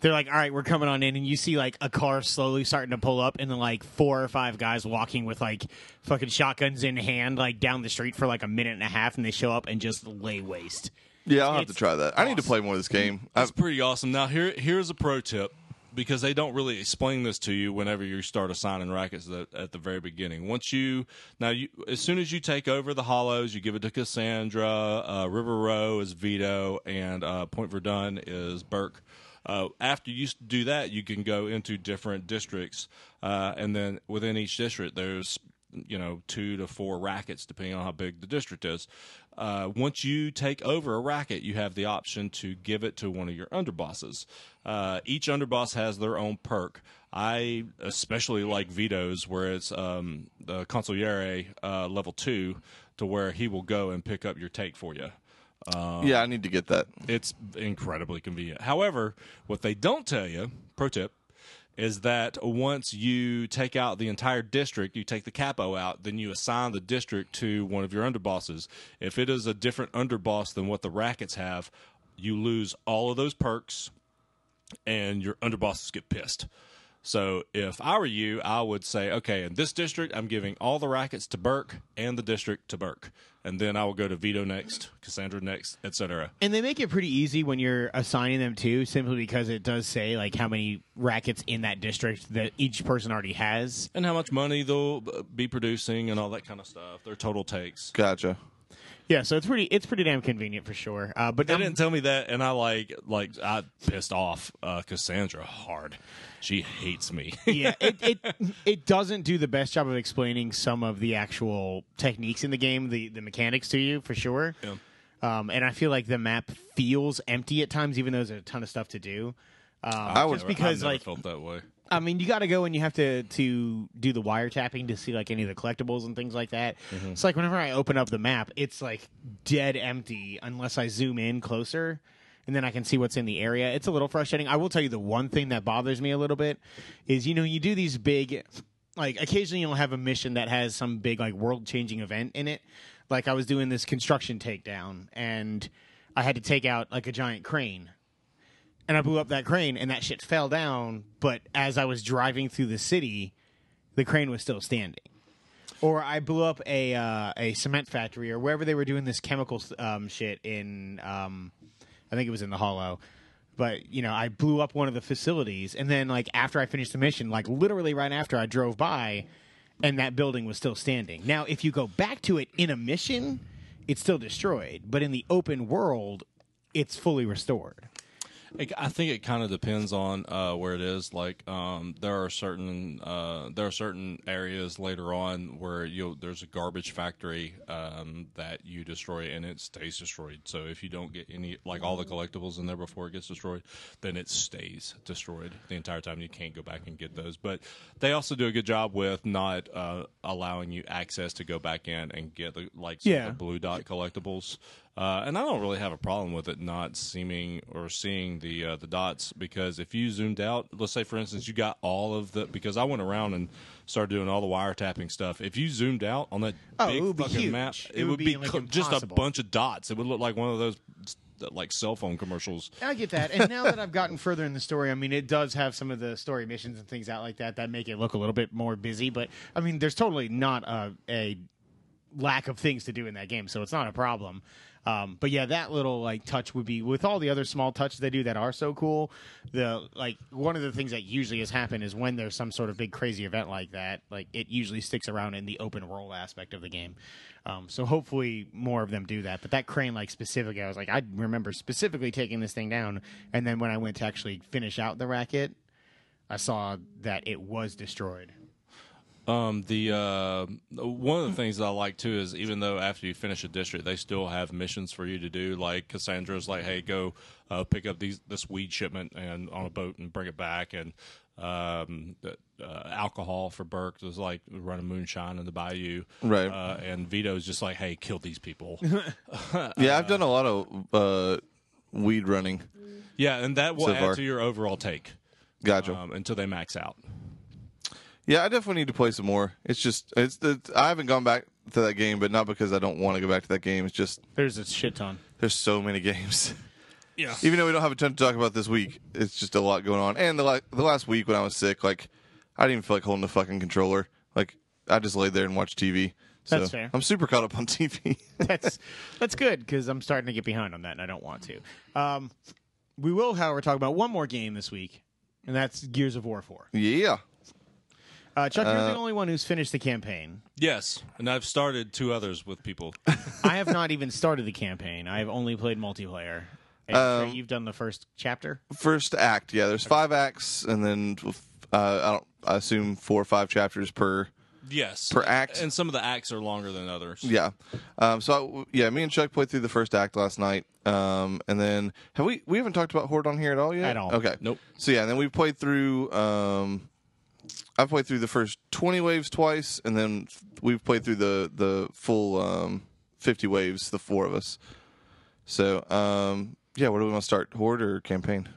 they're like, "All right, we're coming on in," and you see like a car slowly starting to pull up, and then like four or five guys walking with like fucking shotguns in hand, like down the street for like a minute and a half, and they show up and just lay waste. yeah, I'll have to it's try that. I need to play more of this game. I've, That's pretty awesome. Now here here's a pro tip because they don't really explain this to you whenever you start assigning rackets at, at the very beginning. Once you now you as soon as you take over the hollows, you give it to Cassandra. Uh, River Row is Vito, and uh, Point Verdun is Burke. Uh, after you s- do that, you can go into different districts, uh, and then within each district, there's you know two to four rackets depending on how big the district is uh, once you take over a racket you have the option to give it to one of your underbosses uh, each underboss has their own perk i especially like veto's where it's um, the consigliere uh, level two to where he will go and pick up your take for you yeah, I need to get that. it's incredibly convenient. However, what they don't tell you, pro tip, is that once you take out the entire district, you take the capo out, then you assign the district to one of your underbosses. If it is a different underboss than what the rackets have, you lose all of those perks and your underbosses get pissed. So if I were you, I would say, okay, in this district, I'm giving all the rackets to Burke and the district to Burke. And then I will go to Vito next, Cassandra next, etc. And they make it pretty easy when you're assigning them to, simply because it does say like how many rackets in that district that each person already has. and how much money they'll b- be producing and all that kind of stuff. Their total takes. Gotcha. Yeah, so it's pretty it's pretty damn convenient for sure. Uh, but They I'm- didn't tell me that, and I like like I pissed off uh, Cassandra hard. She hates me. yeah, it, it it doesn't do the best job of explaining some of the actual techniques in the game, the the mechanics to you for sure. Um, and I feel like the map feels empty at times, even though there's a ton of stuff to do. Um, I was- just because I've never like felt that way. I mean, you got to go and you have to to do the wiretapping to see like any of the collectibles and things like that. It's like whenever I open up the map, it's like dead empty unless I zoom in closer and then I can see what's in the area. It's a little frustrating. I will tell you the one thing that bothers me a little bit is you know, you do these big like occasionally you'll have a mission that has some big like world-changing event in it. Like I was doing this construction takedown and I had to take out like a giant crane. And I blew up that crane and that shit fell down, but as I was driving through the city, the crane was still standing. Or I blew up a uh, a cement factory or wherever they were doing this chemical um, shit in um, I think it was in the Hollow. But you know, I blew up one of the facilities, and then like after I finished the mission, like literally right after I drove by, and that building was still standing. Now, if you go back to it in a mission, it's still destroyed, but in the open world, it's fully restored. It, I think it kind of depends on uh, where it is. Like um, there are certain uh, there are certain areas later on where you there's a garbage factory um, that you destroy and it stays destroyed. So if you don't get any like all the collectibles in there before it gets destroyed, then it stays destroyed the entire time. You can't go back and get those. But they also do a good job with not uh, allowing you access to go back in and get the like some of Yeah. the blue dot collectibles. Uh, and I don't really have a problem with it not seeming or seeing the uh, the dots because if you zoomed out, let's say for instance you got all of the because I went around and started doing all the wiretapping stuff. If you zoomed out on that Oh, big it would be fucking huge. map, It would be, like, co- just a impossible. bunch of dots. It would look like one of those like cell phone commercials. I get that. And now that I've gotten further in the story, I mean, it does have some of the story missions and things out like that that make it look a little bit more busy. But I mean, there's totally not a, a lack of things to do in that game, so it's not a problem. Um, but yeah, that little like touch would be with all the other small touches they do that are so cool. The like one of the things that usually has happened is when there's some sort of big crazy event like that, like it usually sticks around in the open world aspect of the game. Um, so hopefully more of them do that. But that crane like specifically, I was like, I remember specifically taking this thing down, and then when I went to actually finish out the racket, I saw that it was destroyed. Um, the uh, one of the things that I like too is even though after you finish a district, they still have missions for you to do. Like Cassandra's, like, hey, go uh, pick up these this weed shipment and on a boat and bring it back, and um, the, uh, alcohol for Burke was like running moonshine in the bayou, Right. Uh, and Vito's just like, hey, kill these people. Yeah, I've done a lot of uh, weed running. yeah, and that will So add far. to your overall take Gotcha. um, until they max out. Yeah, I definitely need to play some more. It's just it's the I haven't gone back to that game, but not because I don't want to go back to that game. It's just There's a shit ton. there's so many games. Yeah. Even though we don't have a ton to talk about this week, it's just a lot going on. And the la- the last week when I was sick, like I didn't even feel like holding the fucking controller. Like I just laid there and watched TV. So That's fair. I'm super caught up on TV. that's that's good because I'm starting to get behind on that, and I don't want to. Um, we will, however, talk about one more game this week, and that's Gears of War Four. yeah. Uh, Chuck, you're the only one who's finished the campaign. Yes, and I've started two others with people. I have not even started the campaign. I have only played multiplayer. And Um, Trey, you've done the first chapter. First act. Yeah, there's five acts and then uh, I don't I assume four or five chapters per Yes, Per act. and some of the acts are longer than others. Yeah. Um, so I, yeah, me and Chuck played through the first act last night. Um, and then have we we haven't talked about Horde on here at all yet? At all. Okay. Nope. So yeah, and then we played through. Um, I've played through the first twenty waves twice, and then we've played through the the full um, fifty waves, the four of us. So um, yeah, where do we want to start? Horde or campaign?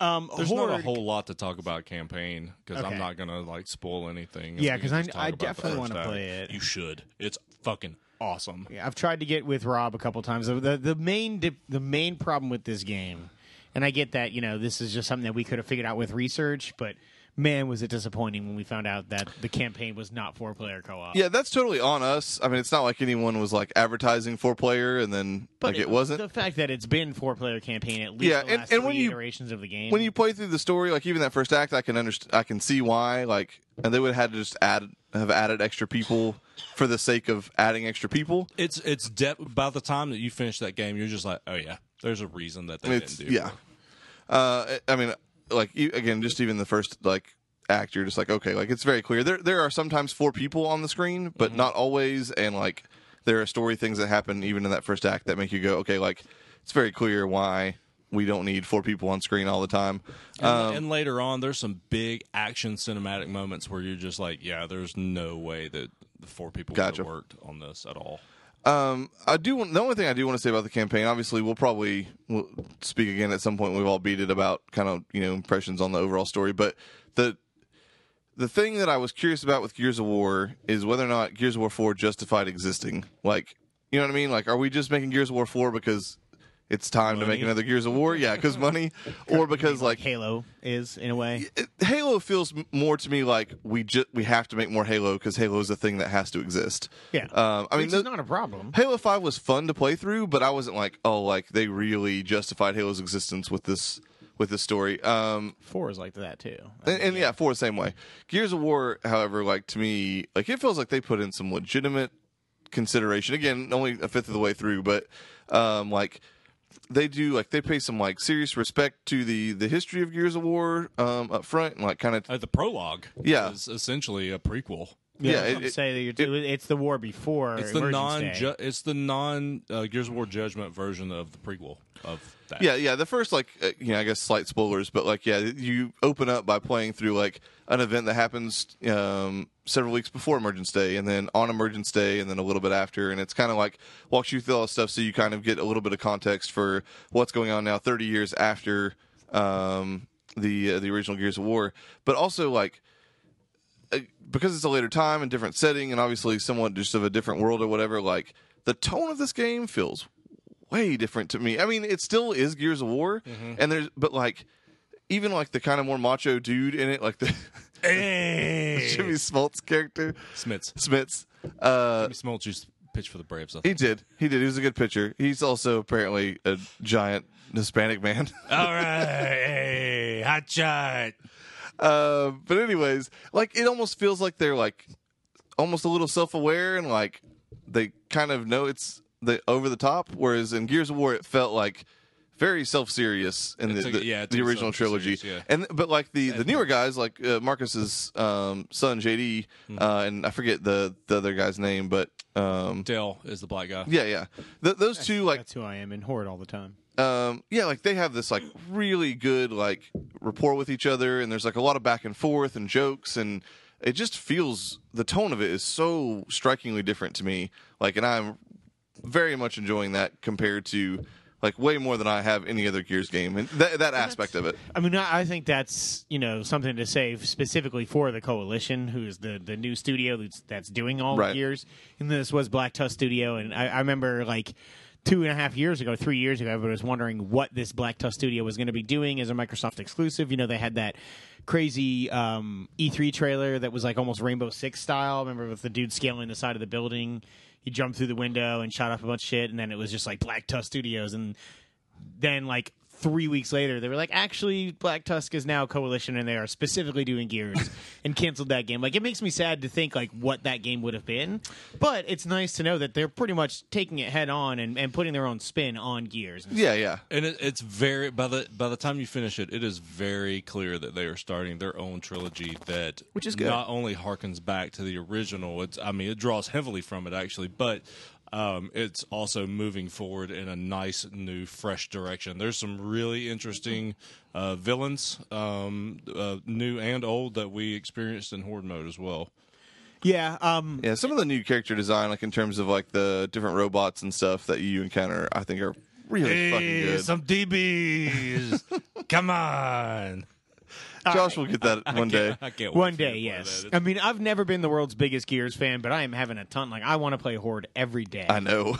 Um, There's not a Horde- whole lot to talk about campaign because Okay. I'm not gonna like spoil anything. Yeah, We can 'cause I- just talk I about the definitely first wanna act. play it. You should. It's fucking awesome. Yeah, I've tried to get with Rob a couple times. The, the, the main di- the main problem with this game, and I get that you know this is just something that we could have figured out with research, but man, was it disappointing when we found out that the campaign was not four player co op. Yeah, that's totally on us. I mean, it's not like anyone was like advertising four player, and then like it wasn't. the fact that it's been four player campaign at least. Yeah, the and- last and when three you- iterations of the game, when you play through the story, like even that first act, I can understand, I can see why. Like, and they would have had to just add, have added extra people for the sake of adding extra people. It's it's de- by the time that you finish that game, you're just like, oh yeah, there's a reason that they It's didn't do. yeah. Uh, I I mean, like e- again, just even the first like act, you're just like, okay, like it's very clear. There, there are sometimes four people on the screen, Mm-hmm. but not always. And like, there are story things that happen even in that first act that make you go, okay, like it's very clear why we don't need four people on screen all the time. And, Um, and later on, there's some big action cinematic moments where you're just like, yeah, there's no way that the four people would Gotcha. have worked on this at all. Um, I do. want- The only thing I do want to say about the campaign, obviously, we'll probably we'll speak again at some point. We've all beat it about kind of you know impressions on the overall story, but the the thing that I was curious about with Gears of War is whether or not Gears of War Four justified existing. Like, you know what I mean? Like, are we just making Gears of War Four because it's time to make Money. another Gears of War. Yeah, because money, or because like Halo is in a way. it, Halo feels m- more to me like we just we have to make more Halo because Halo is a thing that has to exist. Yeah. Um, I mean, Which the- is not a problem. Halo Five was fun to play through, but I wasn't like, oh, like they really justified Halo's existence with this with this story. Um, Four is like that too. and, and yeah, four the same way. Gears of War, however, like to me, like it feels like they put in some legitimate consideration. Again, only a fifth of the way through, but um, like they do, like they pay some like serious respect to the the history of Gears of War um, up front, and like kind of Uh, the prologue Yeah. is essentially a prequel. I yeah, was it- gonna it- say that you're too, it's the war before. It's the non Emergence Day. ju- it's the non uh, Gears of War Judgment version of the prequel of that. Yeah, yeah. The first, like, uh, you know, I guess slight spoilers, but like, yeah, you open up by playing through like an event that happens um, several weeks before Emergence Day, and then on Emergence Day, and then a little bit after, and it's kind of like walks you through all the stuff, so you kind of get a little bit of context for what's going on now, thirty years after um, the uh, the original Gears of War, but also like uh, because it's a later time and different setting and obviously somewhat just of a different world or whatever like the tone of this game feels way different to me i mean it still is gears of war and there's but like even like the kind of more macho dude in it like the jimmy smoltz character Smits. smits uh Jimmy Smoltz used to pitch for the Braves. I he think. did he did he was a good pitcher he's also apparently a giant hispanic man All right, hey, hot shot. Uh, but anyways, like it almost feels like they're like almost a little self-aware and like they kind of know it's the over the top. Whereas in Gears of War, it felt like very self-serious in It the, took- the, yeah, it the took original itself trilogy. serious, yeah. And but like the the newer guys, like uh, Marcus's um, son JD, Mm-hmm. uh, and I forget the the other guy's name, but um, Dale is the black guy. yeah, yeah, Th- those two like That's who I am in Horde all the time. um yeah like they have this like really good like rapport with each other and there's like a lot of back and forth and jokes and it just feels the tone of it is so strikingly different to me like and i'm very much enjoying that compared to like way more than i have any other gears game and that, that aspect of it I mean, I I think that's you know something to say specifically for the coalition, who is the the new studio that's, that's doing all Right. the years. And this was Black Tusk Studio, and I, I remember like two and a half years ago, three years ago, everybody was wondering what this Black Tusk Studio was going to be doing as a Microsoft exclusive. You know, they had that crazy um, E3 trailer that was like almost Rainbow Six style. Remember with the dude scaling the side of the building, he jumped through the window and shot up a bunch of shit, and then it was just like Black Tusk Studios and then like three weeks later they were like actually black tusk is now coalition and they are specifically doing gears and canceled that game like it makes me sad to think like what that game would have been but it's nice to know that they're pretty much taking it head on and, and putting their own spin on gears yeah yeah And it, it's very by the by the time you finish it, it is very clear that they are starting their own trilogy that Which is good. not only harkens back to the original. It's I mean it draws heavily from it actually, but um, it's also moving forward in a nice new fresh direction. There's some really interesting uh, villains, um, uh, new and old, that we experienced in Horde mode as well. yeah um yeah some of the new character design like in terms of like the different robots and stuff that you encounter i think are really fucking good some DBs, come on! josh will get that one day I can't wait one for you day to play yes that. It's i mean i've never been the world's biggest gears fan but i am having a ton like i want to play horde every day i know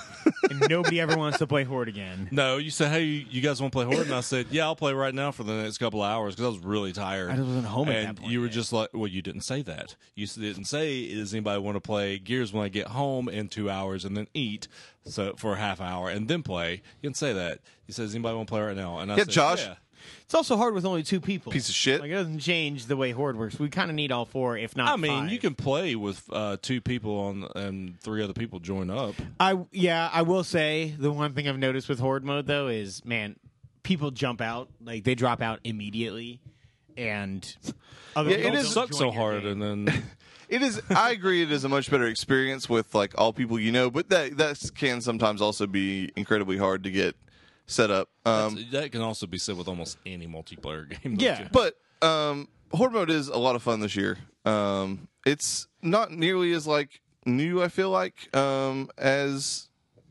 and nobody ever wants to play horde again No, you said, "Hey, you guys want to play Horde?" And I said, "Yeah, I'll play right now for the next couple of hours because I was really tired." I wasn't home at and that point you were yet. just like, "Well, you didn't say that. You s- didn't say does anybody want to play Gears when I get home in two hours and then eat so for a half hour and then play." You didn't say that. You said, "Does anybody want to play right now?" And I Yeah, said, Josh. "Yeah." it's also hard with only two people Piece of shit. like it doesn't change the way horde works we kind of need all four if not I mean, five. you can play with uh, two people on and three other people join up. I yeah, I will say the one thing I've noticed with horde mode though is man, people jump out like they drop out immediately, and other Yeah, it people is- don't Suck join so your hard, game. and then It is. I agree. It is a much better experience with like all people you know, but that that can sometimes also be incredibly hard to get set up. Um, that can also be said with almost any multiplayer game. Yeah. But- but um, horde mode is a lot of fun this year. Um, it's not nearly as like new. I feel like um, as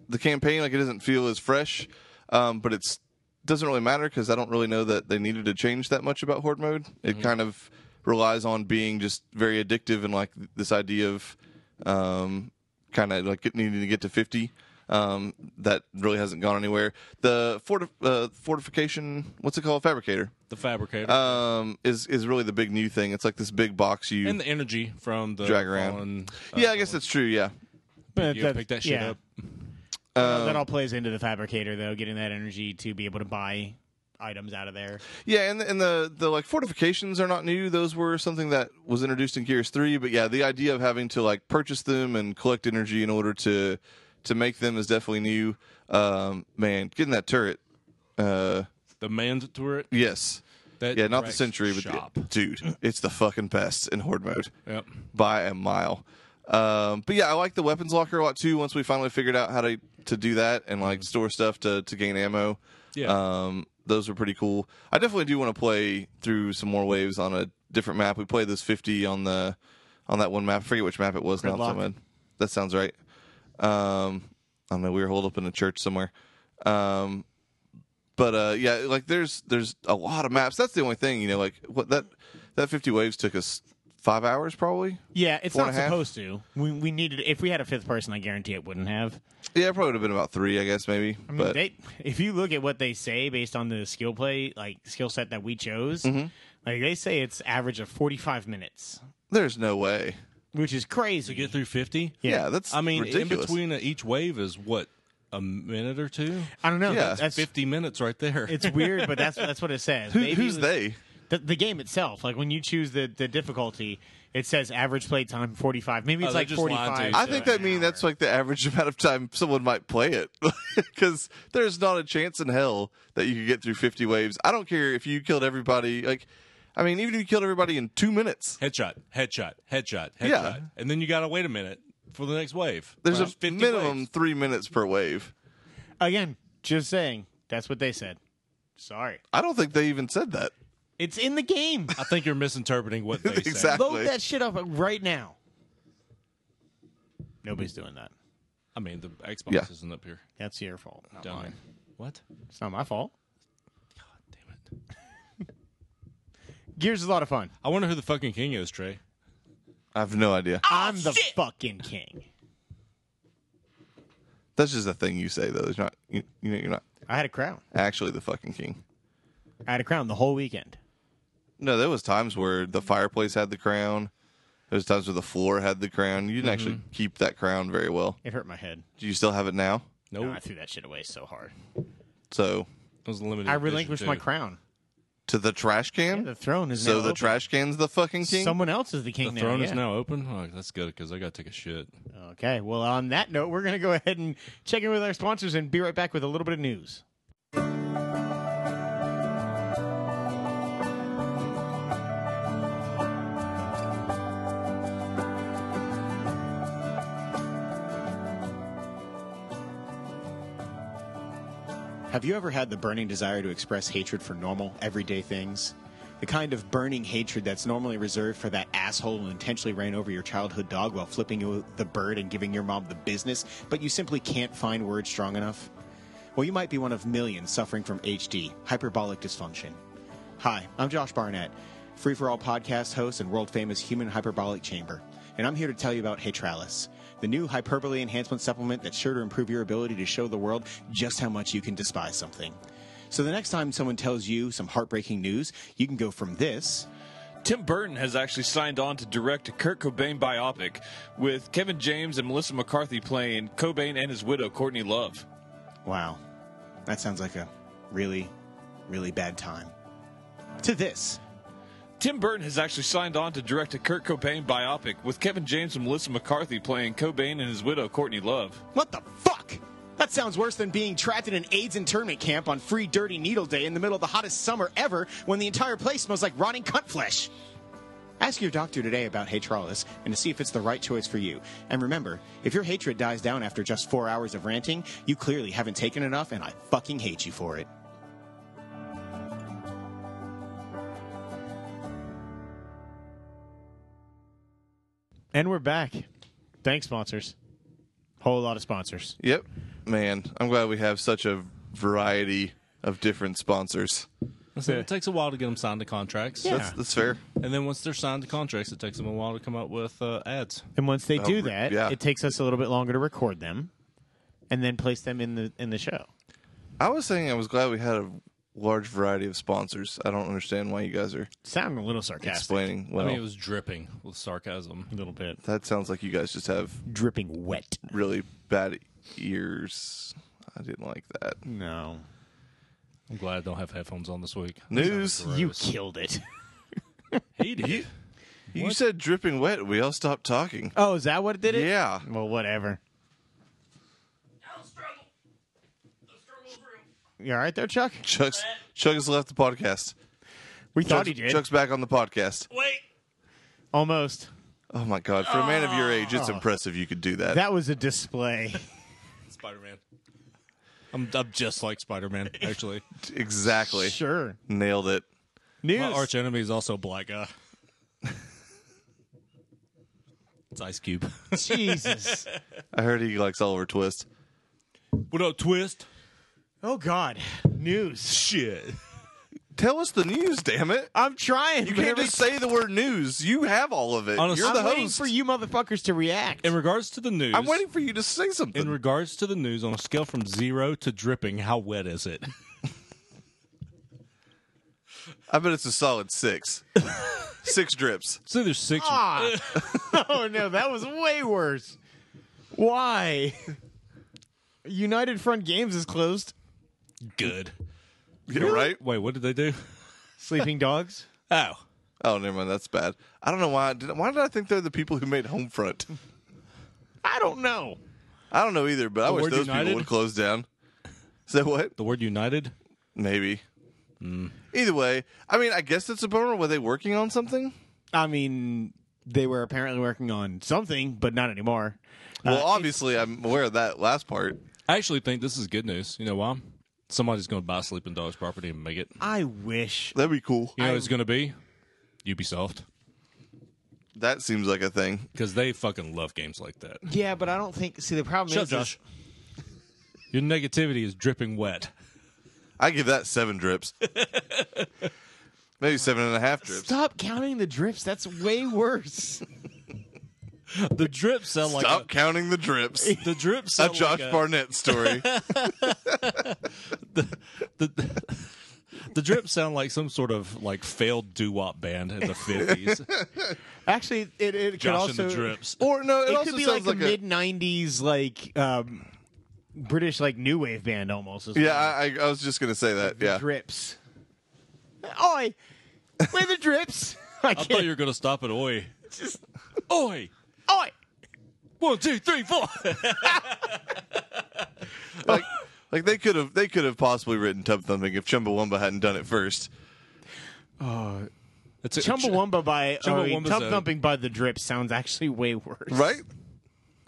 the campaign, like it doesn't feel as fresh, um, but it's doesn't really matter because I don't really know that they needed to change that much about horde mode. It kind of relies on being just very addictive and like this idea of um, kind of like get- needing to get to 50. Um, that really hasn't gone anywhere. The forti- uh, fortification, what's it called? Fabricator. The fabricator Um, is is really the big new thing. It's like this big box you and the energy from the drag around. fallen, uh, yeah, I guess that's true. Yeah. But you that's- pick that shit yeah. up. Um, Uh, that all plays into the fabricator, though, getting that energy to be able to buy items out of there. Yeah, and the, and the the like fortifications are not new. Those were something that was introduced in Gears Three. But yeah, the idea of having to like purchase them and collect energy in order to to make them is definitely new. Um, man, getting that turret. Uh, The man's turret. yes. That Yeah, not the wrecks century, but shop. dude, it's the fucking best in horde mode Yep. by a mile. Um, but yeah, I like the weapons locker a lot too. Once we finally figured out how to to do that and like store stuff to to gain ammo, Yeah. um, those were pretty cool. I definitely do want to play through some more waves on a different map. We played this fifty on the on that one map. I forget which map it was. Now, Gridlock. so that sounds right. Um, I don't know. We were holed up in a church somewhere. Um, but uh, yeah, like there's there's a lot of maps. That's the only thing, you know. Like what that that fifty waves took us five hours probably. Yeah, it's Four not and a half? supposed to. We, we needed if we had a fifth person, I guarantee it wouldn't have. Yeah, it probably would have been about three, I guess maybe. I mean, but they, if you look at what they say based on the skill play, like skill set that we chose, Mm-hmm. like they say it's average of forty five minutes, there's no way. which is crazy. to get through fifty. Yeah, that's I mean, in ridiculous. between uh, each wave is what a minute or two. I don't know. Yeah. that's- that's Fifty minutes right there. it's weird, but that's that's what it says. Who, Maybe who's it was- they? The, the game itself, like when you choose the, the difficulty, it says average play time forty five. Maybe Oh, it's they're like just lying forty to five. I you. think that means that's like the average amount of time someone might play it, because there's not a chance in hell that you could get through 50 waves. I don't care if you killed everybody. Like, I mean, even if you killed everybody in two minutes, headshot, headshot, headshot, headshot, Yeah. and then you gotta wait a minute for the next wave. there's Right. a 50 minimum waves. three minutes per wave. again. Just saying, that's what they said. Sorry, I don't think they even said that. it's in the game. I think you're misinterpreting what they said. Exactly. Load that shit up right now. Nobody's doing that. I mean, the Xbox Yeah. isn't up here. That's your fault. Not Down mine. here. What? It's not my fault. Damn it. Gears is a lot of fun. I wonder who the fucking king is, Trey. I have no idea. Oh, I'm the fucking king. That's just a thing you say though. There's not you, you know you're not I had a crown. actually the fucking king. I had a crown the whole weekend. No, there was times where the fireplace had the crown. There was times where the floor had the crown. You didn't actually keep that crown very well. It hurt my head. Do you still have it now? Nope. I threw that shit away so hard. So It was a limited. I edition, relinquished my too. crown. to the trash can. Yeah, the throne is So now the open. trash can's the fucking king. Someone else is the king The now. throne is yeah. now open. Oh, that's good because I got to take a shit. Okay. Well, on that note, we're going to go ahead and check in with our sponsors and be right back with a little bit of news. Have you ever had the burning desire to express hatred for normal, everyday things? The kind of burning hatred that's normally reserved for that asshole who intentionally ran over your childhood dog while flipping you the bird and giving your mom the business, but you simply can't find words strong enough? Well, you might be one of millions suffering from HD, hyperbolic dysfunction. Hi, I'm Josh Barnett, Free for All podcast host and world famous human hyperbolic chamber, and I'm here to tell you about Hatralis, the new hyperbole enhancement supplement that's sure to improve your ability to show the world just how much you can despise something. So the next time someone tells you some heartbreaking news, you can go from this. Tim Burton has actually signed on to direct a Kurt Cobain biopic with Kevin James and Melissa McCarthy playing Cobain and his widow, Courtney Love. Wow, that sounds like a really, really bad time. To this. Tim Burton has actually signed on to direct a Kurt Cobain biopic with Kevin James and Melissa McCarthy playing Cobain and his widow, Courtney Love. What the fuck? That sounds worse than being trapped in an AIDS internment camp on Free Dirty Needle Day in the middle of the hottest summer ever when the entire place smells like rotting cunt flesh. Ask your doctor today about Hatralis and to see if it's the right choice for you. And remember, if your hatred dies down after just four hours of ranting, you clearly haven't taken enough, and I fucking hate you for it. And we're back. Thanks, sponsors. Whole lot of sponsors. yep. Man, I'm glad we have such a variety of different sponsors. Listen, it takes a while to get them signed to contracts. Yeah. That's, that's fair. And then once they're signed to contracts, it takes them a while to come up with uh, ads. And once they do re- that, yeah. it takes us a little bit longer to record them. and then place them in the in the show. I was saying I was glad we had a large variety of sponsors. I don't understand why you guys are Sound a little sarcastic, explaining. Well, I mean, it was dripping with sarcasm. a little bit that sounds like you guys just have dripping wet. really bad ears. I didn't like that. No, I'm glad I don't have headphones on this week. News. you killed it. He did. You said dripping wet. We all stopped talking. Oh, is that what did it? Yeah. Well, whatever. You all right there, Chuck? Chuck's Chuck has left the podcast. We thought Chuck's, he did. Chuck's back on the podcast. Almost. Oh my god! For a man of your age, it's impressive you could do that. That was a display. Spider Man. I'm, I'm just like Spider Man, actually. exactly. sure. Nailed it. News. My arch enemy is also a black guy. it's Ice Cube. Jesus. I heard he likes Oliver Twist. what up, Twist? oh God. News. Shit. Tell us the news, damn it! I'm trying. You can't just say the word news. You have all of it. Honestly- You're I'm the waiting host. for you motherfuckers to react. In regards to the news, I'm waiting for you to say something. In regards to the news, on a scale from zero to dripping, how wet is it? I bet it's a solid six. six drips. So there's six. Ah. oh no, that was way worse. Why? United Front Games is closed. Good. Yeah, right? Wait, what did they do? Sleeping Dogs. Oh, Oh, never mind. That's bad. I don't know why. Did, why did I think they're the people who made Homefront? I don't know. I don't know either, but I The wish word those United? people would close down. Is that what? the word united. Maybe. Either way, I mean, I guess it's a bummer. Were they working on something? I mean, they were apparently working on something, but not anymore. Well, obviously, I'm aware of that last part. I actually think this is good news. You know why? Somebody's going to buy Sleeping Dogs property and make it. I wish. That'd be cool. You know, what it's going to be Ubisoft That seems like a thing. because they fucking love games like that. Yeah, but I don't think. See, the problem Shut up, is, Josh. Your negativity is dripping wet. I give that seven drips. Maybe seven and a half drips. Stop counting the drips. That's way worse. The drips sound like Stop counting the drips. A, the drips A sound Josh like a, Barnett story. the, the drips sound like some sort of like failed doo wop band in the fifties. Actually, it, it could Josh and also the drips. or no, it, It also could be like sounds a like, mid '90s like um, British like new wave band almost. is a. what Yeah, I, I, I was just gonna say that. the Yeah, drips. Oi, play the drips. I I thought can't. you were going to stop at oi. oi. Oi, One, two, three, four. like, like they could have they could have possibly written Tub Thumping if Chumbawamba hadn't done it first. It's a, Chumbawamba by Chumbawamba's Tub a- Thumping by the Drips sounds actually way worse. Right?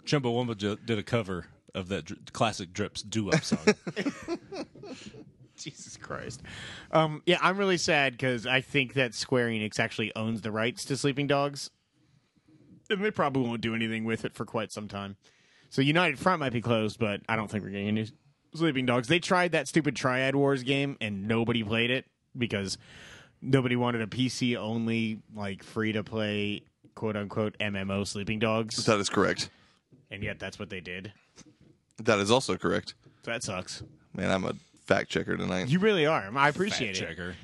Chumbawamba ju- did a cover of that dr- classic Drips doo-wop song. Jesus Christ. Um, yeah, I'm really sad because I think that Square Enix actually owns the rights to Sleeping Dogs, and they probably won't do anything with it for quite some time. So United Front might be closed, but I don't think we're getting any Sleeping Dogs. They tried that stupid Triad Wars game, and nobody played it because nobody wanted a PC only, like free to play, quote unquote MMO Sleeping Dogs, That is correct. and yet that's what they did. That is also correct. So that sucks. Man, I'm a fact checker tonight. You really are. I appreciate it. Checker.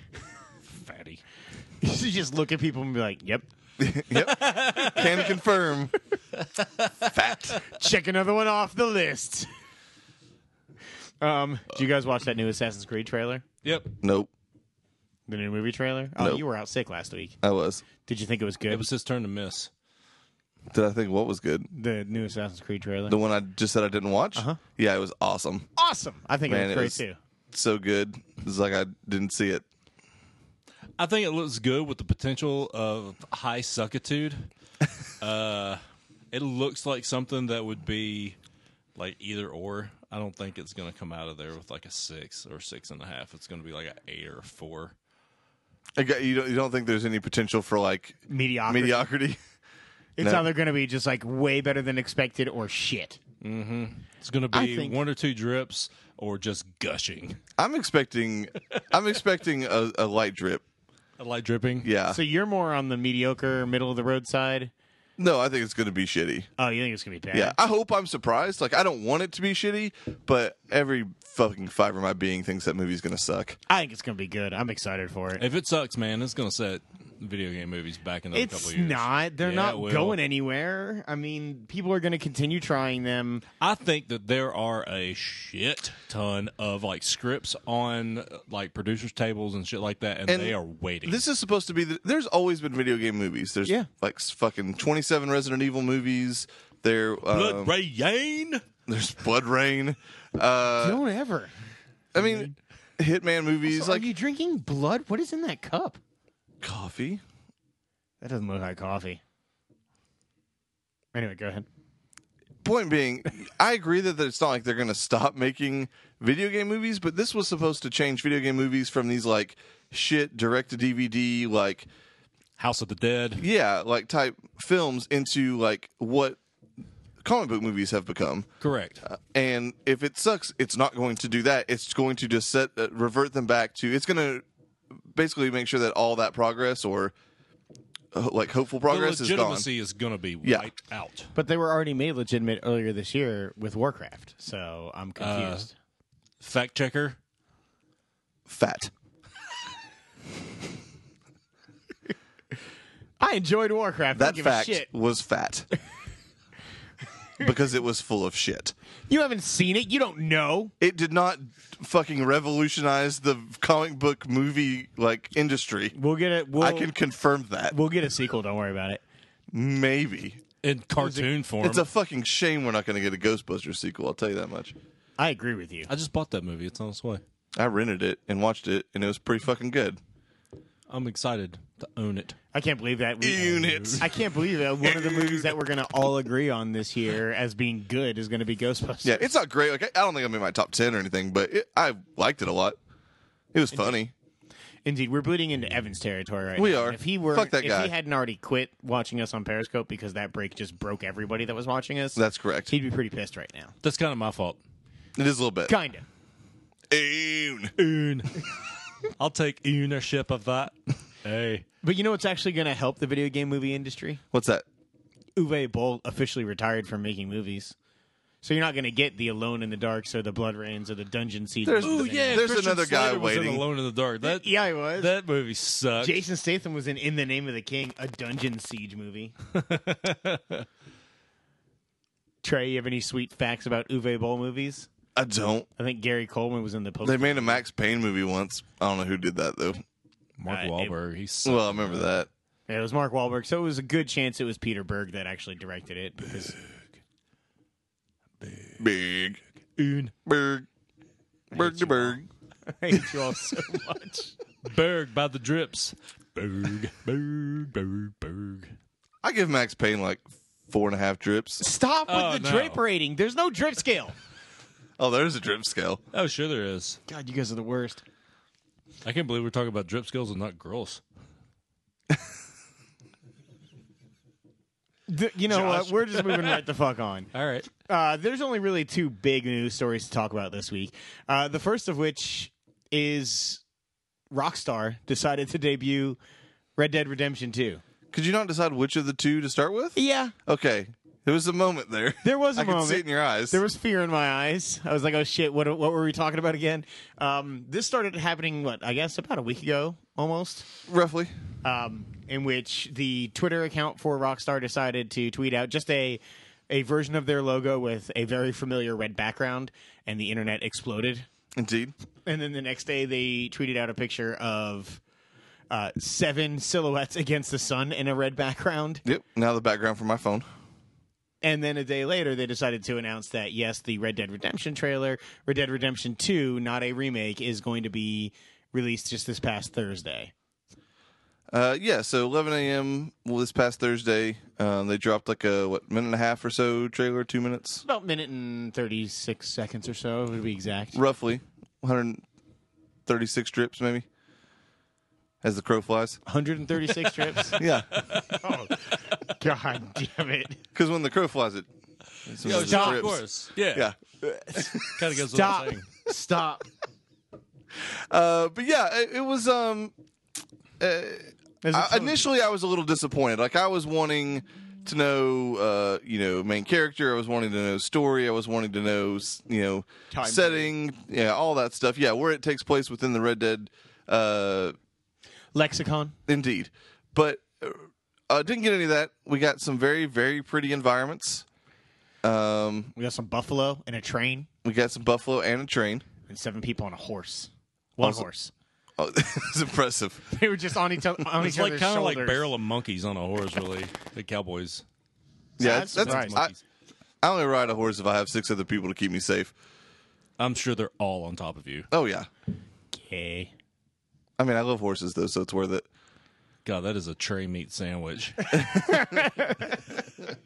Fatty. you just look at people and be like, "Yep, Can confirm. Fact. check another one off the list. Um, do you guys watch that new Assassin's Creed trailer? Yep. Nope. The new movie trailer? Oh, Nope. you were out sick last week. I was. Did you think it was good? It was his turn to miss. Did I think what was good? the new Assassin's Creed trailer. The one I just said I didn't watch? Uh-huh. Yeah, it was awesome. awesome. I think Man, it was it great was- too. So good. It's like I didn't see it. I think it looks good with the potential of high suckitude. uh, it looks like something that would be like either or. I don't think it's going to come out of there with like a six or six and a half. It's going to be like an eight or a four. I got- you, don't, you don't think there's any potential for like Mediocre. mediocrity? It's No. either going to be just like way better than expected or shit. It's going to I be think- one or two drips or just gushing. I'm expecting I'm expecting a, a light drip. A light dripping. Yeah. So you're more on the mediocre, middle of the road side. No, I think it's going to be shitty. Oh, you think it's gonna be bad? Yeah, I hope I'm surprised. Like, I don't want it to be shitty, but every fucking fiber of my being thinks that movie's going to suck. I think it's gonna be good. I'm excited for it. If it sucks, man, it's gonna set video game movies back in a couple It's years. not. They're Yeah, it not will. going anywhere. I mean, people are going to continue trying them. I think that there are a shit ton of like scripts on like producers' tables and shit like that, and, And they are waiting. This is supposed to be. The, there's always been video game movies. There's Yeah. like s- fucking 27 Resident Evil movies. There, um, Blood Rain. there's Blood Rain. Uh, Don't ever. I mean, Hitman movies are like you drinking blood? What is in that cup? coffee. That doesn't look like coffee. Anyway, go ahead. Point being, I agree that it's not like they're going to stop making video game movies, but this was supposed to change video game movies from these like shit direct to DVD like House of the Dead. yeah, like type films into like what comic book movies have become. Correct. Uh, And if it sucks, it's not going to do that. It's going to just set uh, revert them back to. It's going to basically make sure that all that progress or uh, like hopeful the progress is gone. legitimacy is gonna be Yeah. wiped out. But they were already made legitimate earlier this year with Warcraft, so Uh, I'm confused. Fact checker. Fat. I enjoyed Warcraft. I That don't give fact a shit. was fat because it was full of shit. You haven't seen it. You don't know. It did not fucking revolutionize the comic book movie like industry. We'll get it. We'll, I can confirm that. we'll get a sequel. Don't worry about it. Maybe. In cartoon form. It's a fucking shame we're not going to get a Ghostbusters sequel. I'll tell you that much. I agree with you. I just bought that movie. It's on its way. I rented it and watched it, and it was pretty fucking good. I'm excited to own it. I can't believe that. We, Units. I can't believe that one of the movies that we're going to all agree on this year as being good is going to be Ghostbusters. Yeah, it's not great. Like I I don't think I'm in my top ten or anything, but it, I liked it a lot. It was funny. Indeed, we're bleeding into Evan's territory right We now. are. And If he were, Fuck that if guy. he hadn't already quit watching us on Periscope because that break just broke everybody that was watching us, That's correct. he'd be pretty pissed right now. That's kind of my fault. It is a little bit. Kinda. Oon. Own. I'll take ownership of that. Hey. But you know what's actually going to help the video game movie industry? What's that? Uwe Boll officially retired from making movies. So you're not going to get the Alone in the Darks or the Blood Rains or the Dungeon Siege. There's- movies Ooh, anymore. yeah, There's Christian another guy Slater was in waiting. Alone in the Dark. That Yeah, I was. that movie sucked. Jason Statham was in In the Name of the King, a Dungeon Siege movie. Trey, you have any sweet facts about Uwe Boll movies? I don't. I think Gary Coleman was in the post. They made a Max Payne movie once. I don't know who did that though. Mark Uh, it- Wahlberg. He sucked. Well, I remember that. Yeah, it was Mark Wahlberg, so it was a good chance it was Peter Berg that actually directed it. Because Big, Oon. big, big to big. I hate you all so much. Berg by the drips. Berg, Berg, Berg, Berg. I give Max Payne like four and a half drips. Stop with Oh, the no. drape rating. There's no drip scale. Oh, there's a drip scale. Oh, sure there is. God, you guys are the worst. I can't believe we're talking about drip skills and not girls. Th- you know what? We're just moving right the fuck on. All right. Uh, there's only really two big news stories to talk about this week. Uh, the first of which is Rockstar decided to debut Red Dead Redemption 2. Could you not decide which of the two to start with? Yeah, Okay, there was a moment there. there was a I moment. could see it in your eyes. There was fear in my eyes. I was like, "Oh shit, what what were we talking about again?" Um, this started happening, what I guess about a week ago, almost, roughly. um, in which the Twitter account for Rockstar decided to tweet out just a a version of their logo with a very familiar red background, and the internet exploded. Indeed. And then the next day, they tweeted out a picture of uh, seven silhouettes against the sun in a red background. Yep. Now the background for my phone. And then a day later, they decided to announce that yes, the Red Dead Redemption trailer, Red Dead Redemption 2, not a remake, is going to be released just this past Thursday. Uh, yeah, so 11 a.m. Well, this past Thursday, um, they dropped like a what minute and a half or so trailer, two minutes About minute and 36 seconds or so, to be exact. roughly, 136 drips maybe, as the crow flies. 136 trips. Yeah, Oh, God damn it. because when the crow flies, it. it's when there's stop. drips. course. Yeah. Yeah, Kind of goes without Stop. saying. Stop. uh, but yeah, it, it was. Um, uh, There's a I, ton of- initially, I was a little disappointed. Like I was wanting to know, uh, you know, main character. I was wanting to know story. I was wanting to know, s- you know, Time setting. Yeah, all that stuff. Yeah, where it takes place within the Red Dead. Uh, Lexicon. Indeed. But uh, uh, didn't get any of that. We got some very, very pretty environments. Um, We got some buffalo and a train we got some buffalo and a train. and seven people on a horse. One Also- horse. Oh, it's impressive. They were just on each other. On It's each like other's kind of like shoulders. barrel of monkeys on a horse, really. The cowboys. Yeah, That's that's, that's I, monkeys. I only ride a horse if I have six other people to keep me safe. I'm sure they're all on top of you. Oh yeah. Okay. I mean, I love horses though, so it's worth it. God, that is a tray meat sandwich.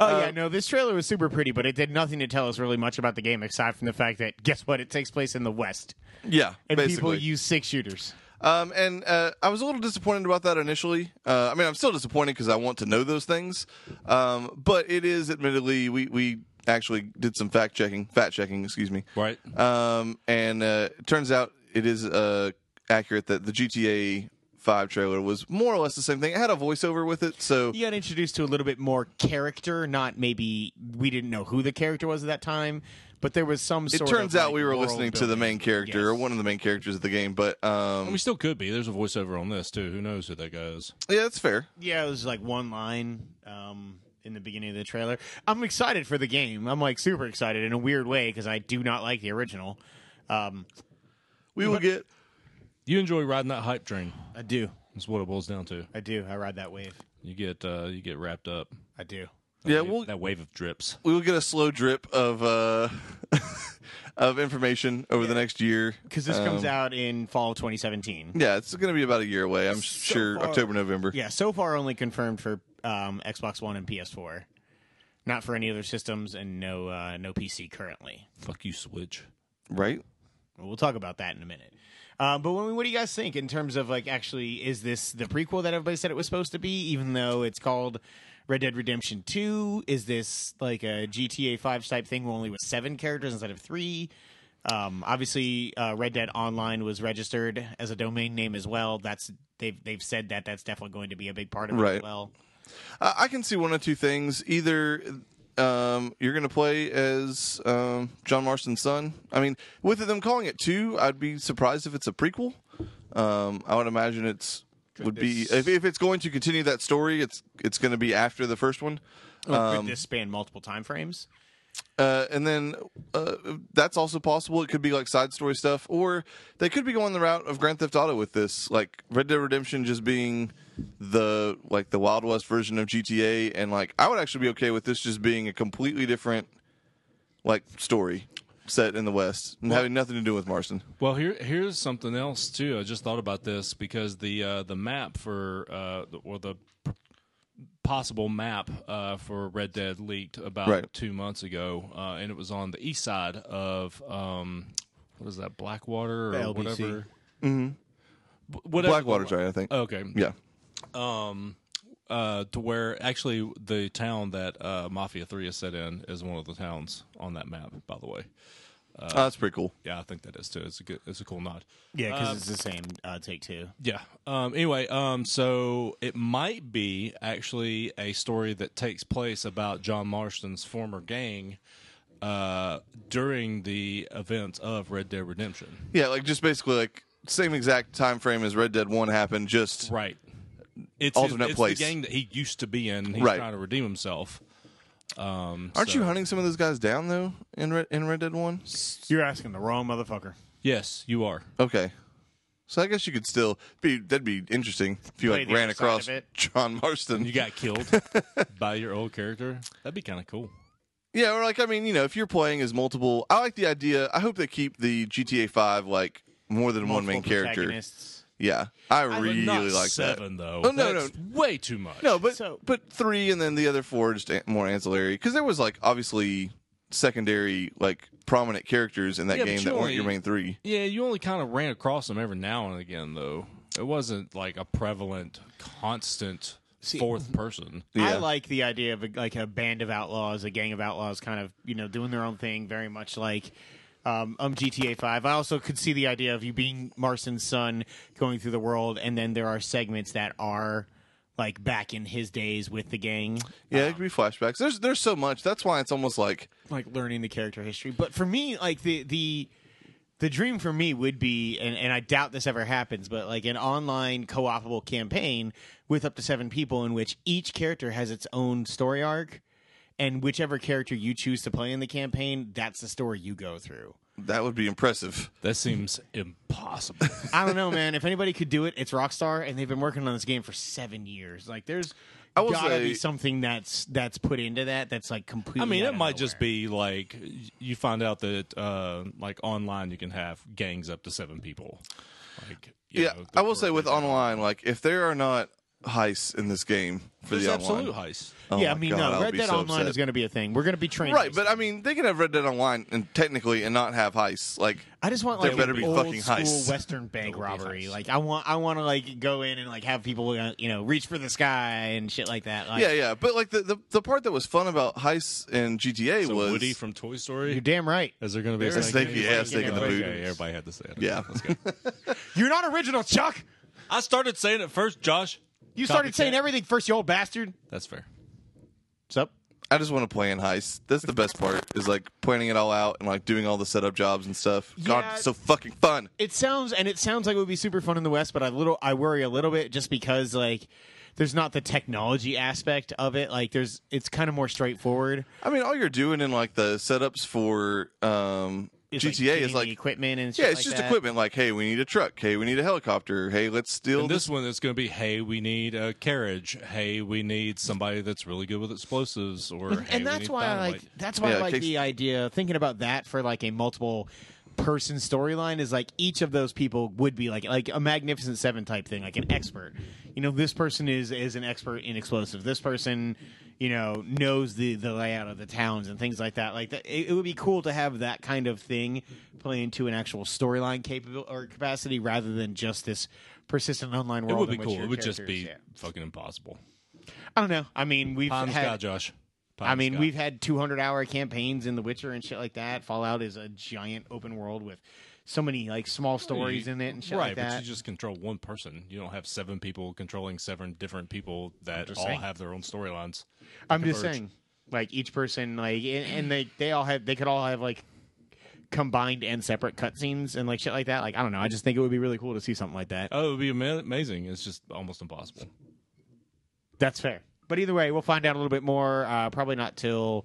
Oh yeah, no. This trailer was super pretty, but it did nothing to tell us really much about the game aside from the fact that guess what? It takes place in the West, Yeah, and people basically. use six shooters. um, and uh, I was a little disappointed about that initially. Uh, I mean, I'm still disappointed because I want to know those things. Um, but it is admittedly we we actually did some fact checking, fact checking, excuse me. Right. Um, and uh, it turns out it is uh, accurate that the GTA 5 trailer was more or less the same thing. It had a voiceover with it, so You got introduced to a little bit more character, not maybe we didn't know who the character was at that time, but there was some. it sort turns of, out like, we were world listening to the building. main character Yes. or one of the main characters of the game. But um, we still could be. There's a voiceover on this too. Who knows who that guy is? yeah, it's fair. Yeah, it was like one line um, in the beginning of the trailer. I'm excited for the game. I'm like super excited in a weird way because I do not like the original. Um, We will get. You enjoy riding that hype train. I do. That's what it boils down to. I do. I ride that wave. You get uh, you get wrapped up. I do. Yeah, That- we'll that wave of drips. we will get a slow drip of uh, of information over the next year. Because this comes out in fall 2017. Yeah, it's going to be about a year away. I'm sure far. October, November. Yeah, so far only confirmed for um, Xbox One and PS4. Not for any other systems and no uh, no PC currently. Fuck you, Switch. Right? Well, We'll talk about that in a minute. Um, but when, what do you guys think in terms of like actually is this the prequel that everybody said it was supposed to be, even though it's called Red Dead Redemption Two? Is this like a GTA Five type thing, only with seven characters instead of three? Um, obviously, uh, Red Dead Online was registered as a domain name as well. That's they've they've said that that's definitely going to be a big part of it as Right. well. I, I can see one of two things. Either um, you're going to play as um, John Marston's son. I mean, with them calling it two, I'd be surprised if it's a prequel. Um, I would imagine it's would be if, if it's going to continue that story, it's it's going to be after the first one. Um, Could this span multiple time frames? Uh, and then uh, that's also possible. It could be like side story stuff, or they could be going the route of Grand Theft Auto with this, like Red Dead Redemption just being the like the Wild West version of GTA, and like I would actually be okay with this just being a completely different like story set in the West and having nothing to do with Marston. Well, here here's something else too. I just thought about this because the uh, the map for uh, the- or the p- possible map uh, for Red Dead leaked about Right. two months ago, uh, and it was on the east side of um, what is that Blackwater or The LBC. whatever. Mm-hmm. Whatever. Mm-hmm. Blackwater, sorry, I think. Okay. yeah, Uh, to where actually the town that uh, Mafia Three is set in is one of the towns on that map. By the way, uh, that's pretty cool. yeah, I think that is too. It's a good. It's a cool nod. Yeah, because it's the same uh, take two. Yeah. Um, anyway, um, so it might be actually a story that takes place about John Marston's former gang uh, during the events of Red Dead Redemption. Yeah, like just basically like same exact time frame as Red Dead One happened, just Right. It's Alternate his, it's place. the gang that he used to be in. He's Right. trying to redeem himself. Um, Aren't so- you hunting some of those guys down though in Red, in Red Dead One? You're asking the wrong motherfucker. Yes, you are. Okay, so I guess you could still be. That'd be interesting if you Play like the ran other side across of it. John Marston. You got killed by your old character. That'd be kind of cool. yeah, or like I mean, you know, if you're playing as multiple, I like the idea. I hope they keep the GTA Five like more than one main Multiple character. protagonists. Yeah, I But really not like seven, though. Oh, no, That's way too much. that. No, but So- but three, and then the other four just an- more ancillary because there was like obviously secondary like prominent characters in that Yeah, but game you that weren't your only- main three. Yeah, you only kind of ran across them every now and again, though. It wasn't like a prevalent, constant fourth person. I Yeah. like the idea of a, like a band of outlaws, a gang of outlaws, kind of you know doing their own thing, very much like um, um GTA Five. I also could see the idea of you being Marston's son, going through the world, and then there are segments that are like back in his days with the gang, Yeah, it could be flashbacks. There's there's so much. That's why it's almost like like learning the character history. But for me, like the the the dream for me would be, and, and I doubt this ever happens, but like an online co-opable campaign with up to seven people in which each character has its own story arc, and whichever character you choose to play in the campaign, that's the story you go through. that would be impressive. That seems impossible. I don't know, man. If anybody could do it, it's Rockstar, and they've been working on this game for seven years. Like, there's will gotta say- be something that's that's put into that that's like completely. I mean, out it of might just nowhere. be like y- you find out that uh, like online you can have gangs up to seven people. Like, you Yeah, know, the I will say with corporate- online, like if there are not heists in this game for There's the absolute online, heist. oh yeah, I my mean, God, I no, would Red be Dead so Online upset. is going to be a thing. We're going to be trained. right, but I mean, they can have Red Dead Online and technically and not have heists. Like I just want there like better an be old fucking school heists. Western bank There will be robbery. heists. Like, I want I want to like go in and like have people uh, you know reach for the sky and shit like that. Like, yeah, yeah, but like the, the the part that was fun about heists in GTA So was Woody from Toy Story. You're damn right. Is there going to be a There's a snake? snake- yeah, a snake in the Okay, boot. everybody had to say it. Okay, Yeah. let's go. You're not original, Chuck. I started saying it first, Josh. You started Copycat. saying everything first, you old bastard. That's fair. What's up? I just want to plan heists. That's the best part is like planning it all out and like doing all the setup jobs and stuff. God, Yeah. it's so fucking fun. it sounds and it sounds like it would be super fun in the West, but I little I worry a little bit just because like there's not the technology aspect of it. Like there's it's kind of more straightforward. I mean, all you're doing in like the setups for um, It's, like, GTA getting is the like equipment and shit yeah, it's like just that. equipment. Like, hey, we need a truck. Hey, we need a helicopter. Hey, let's steal And this one is going to be, hey, we need a carriage. Hey, we need somebody that's really good with explosives. Or And, hey, we and that's need why I like dynamite. that's why Yeah, I it like takes- the idea thinking about that for like a multiple person storyline is like each of those people would be like like a magnificent seven type thing like an expert you know this person is is an expert in explosives this person you know knows the the layout of the towns and things like that like that, it, it would be cool to have that kind of thing play into an actual storyline capable or capacity rather than just this persistent online It world would be in which cool. your It would just be characters- yeah. fucking impossible. i don't know i mean we've Pond had Sky, Josh. Pond I mean, Sky. we've had 200 hour campaigns in The Witcher and shit like that. Fallout is a giant open world with so many like small stories in it and shit right, like that. but you just control one person. You don't have seven people controlling seven different people that just all saying. have their own storylines. I'm just converge. saying, like each person, like and, and they they all have they could all have like combined and separate cutscenes and like shit like that. Like I don't know, I just think it would be really cool to see something like that. Oh, it would be ama- amazing. It's just almost impossible. That's fair. But either way, we'll find out a little bit more. Uh, probably not till.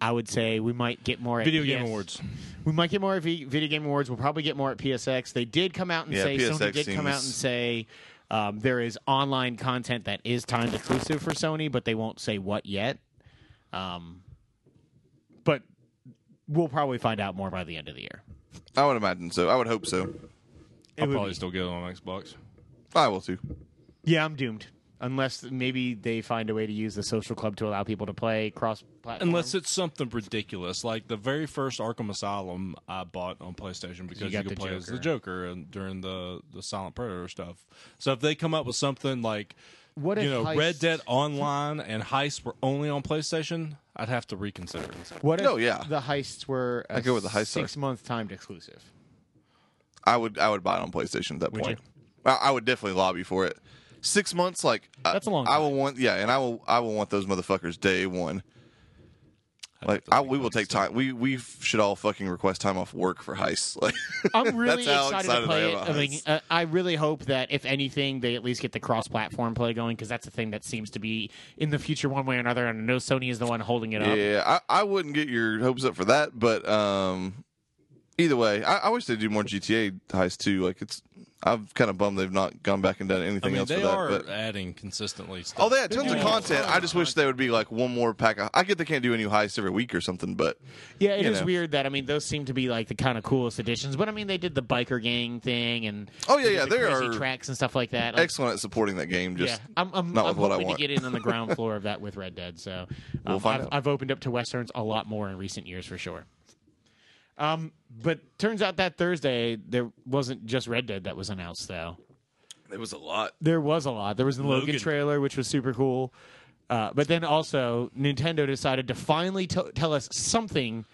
I would say we might get more at Video game PS awards. We might get more at v- Video Game Awards. We'll probably get more at PSX. They did come out and Yeah, say Sony PSX did come out and seems- say um, there is online content that is timed exclusive for Sony, but they won't say what yet. Um, but we'll probably find out more by the end of the year. I would imagine so. I would hope so. It I'll would probably be- still get it on Xbox. I will too. yeah, I'm doomed. Unless maybe they find a way to use the social club to allow people to play cross platform. Unless it's something ridiculous, like the very first Arkham Asylum I bought on PlayStation because you, got could the play as the Joker. Joker and during the the Silent Predator stuff. So if they come up with something like, What you if know, Heist- Red Dead Online and Heist were only on PlayStation, I'd have to reconsider. what if No, Oh, yeah. the heists were a go with the heist are. six month timed exclusive? I would I would buy it on PlayStation at that point. I, I would definitely lobby for it. Six months, like I- That's a long I will want yeah, and I will I will want those motherfuckers day one. I'd Like have to I, think we will about it take time. We we should all fucking request time off work for heists. Like I'm really That's how excited, to excited play it. I am I about mean, this. uh, I really hope that if anything, they at least get the cross-platform play going because that's the thing that seems to be in the future one way or another. And I know Sony is the one holding it up. yeah, I, I wouldn't get your hopes up for that, but um, either way, I, I wish they would do more GTA heists too. Like it's, I'm kind of bummed they've not gone back and done I anything mean, else for they that. are but adding consistently. Stuff. Oh, they had tons of doing content. I just wish they would be like one more pack. Of, I get they can't do a new heist every week or something, but Yeah, it is You know. weird that I mean those seem to be like the kind of coolest additions. But I mean, they did the biker gang thing and Oh, yeah, they did yeah, the they crazy are tracks and stuff like that. Like, excellent at supporting that game. Just Uh, yeah, I'm, I'm, not I'm with what I hoping want. to get in on the ground floor of that with Red Dead. So um, We'll find I've, out. I've opened up to westerns a lot more in recent years for sure. Um, but turns out that Thursday there wasn't just Red Dead that was announced though. it was a lot. There was a lot. There was the Logan, Logan. trailer, which was super cool. Uh, but then also, Nintendo decided to finally t- tell us something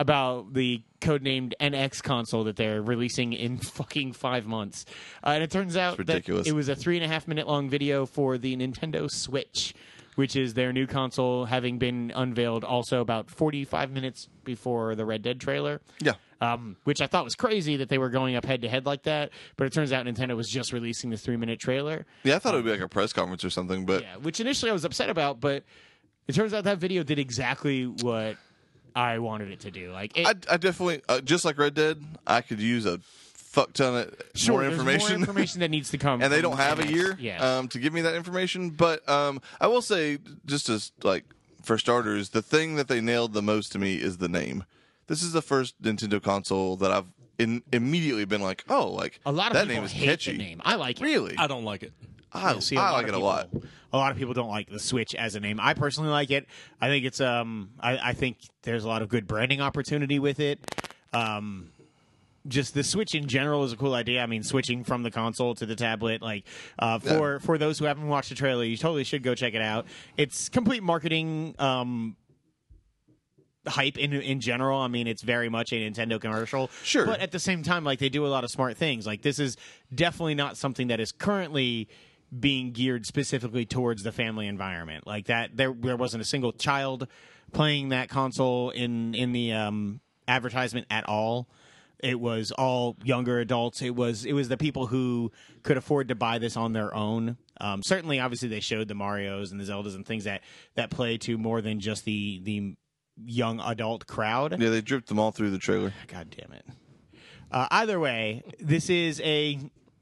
about the codenamed NX console that they're releasing in fucking five months. Uh, and it turns out that ridiculous. it was a three and a half minute long video for the Nintendo Switch, which is their new console, having been unveiled also about 45 minutes before the Red Dead trailer. Yeah. Um, which I thought was crazy that they were going up head to head like that, but it turns out Nintendo was just releasing this three minute trailer. Yeah, I thought it would be like a press conference or something, but Yeah, which initially I was upset about, but it turns out that video did exactly what I wanted it to do. Like, it, I, I definitely uh, just like Red Dead. I could use a fuck ton of sure, more there's information. more information that needs to come, and they from don't have a NX. year Yeah, um, to give me that information. But um, I will say, just as like for starters, the thing that they nailed the most to me is the name. This is the first Nintendo console that I've in, immediately been like, oh, like a lot of that people name is hate catchy. the name. I like it. Really, I don't like it. I, see a I lot like it of a lot. people- A lot of people don't like the Switch as a name. I personally like it. I think it's um I, I think there's a lot of good branding opportunity with it. Um just the Switch in general is a cool idea. I mean, switching from the console to the tablet, like uh, for for those who haven't watched the trailer, you totally should go check it out. It's complete marketing um, hype in in general. I mean, it's very much a Nintendo commercial. Sure. but at the same time, like they do a lot of smart things. Like this is definitely not something that is currently being geared specifically towards the family environment. Like that, there there wasn't a single child playing that console in in the um, advertisement at all. It was all younger adults. It was it was the people who could afford to buy this on their own. Um, certainly, obviously, they showed the Mario's and the Zeldas and things that that play to more than just the the young adult crowd. Yeah, they dripped them all through the trailer. God damn it. Uh, either way, this is a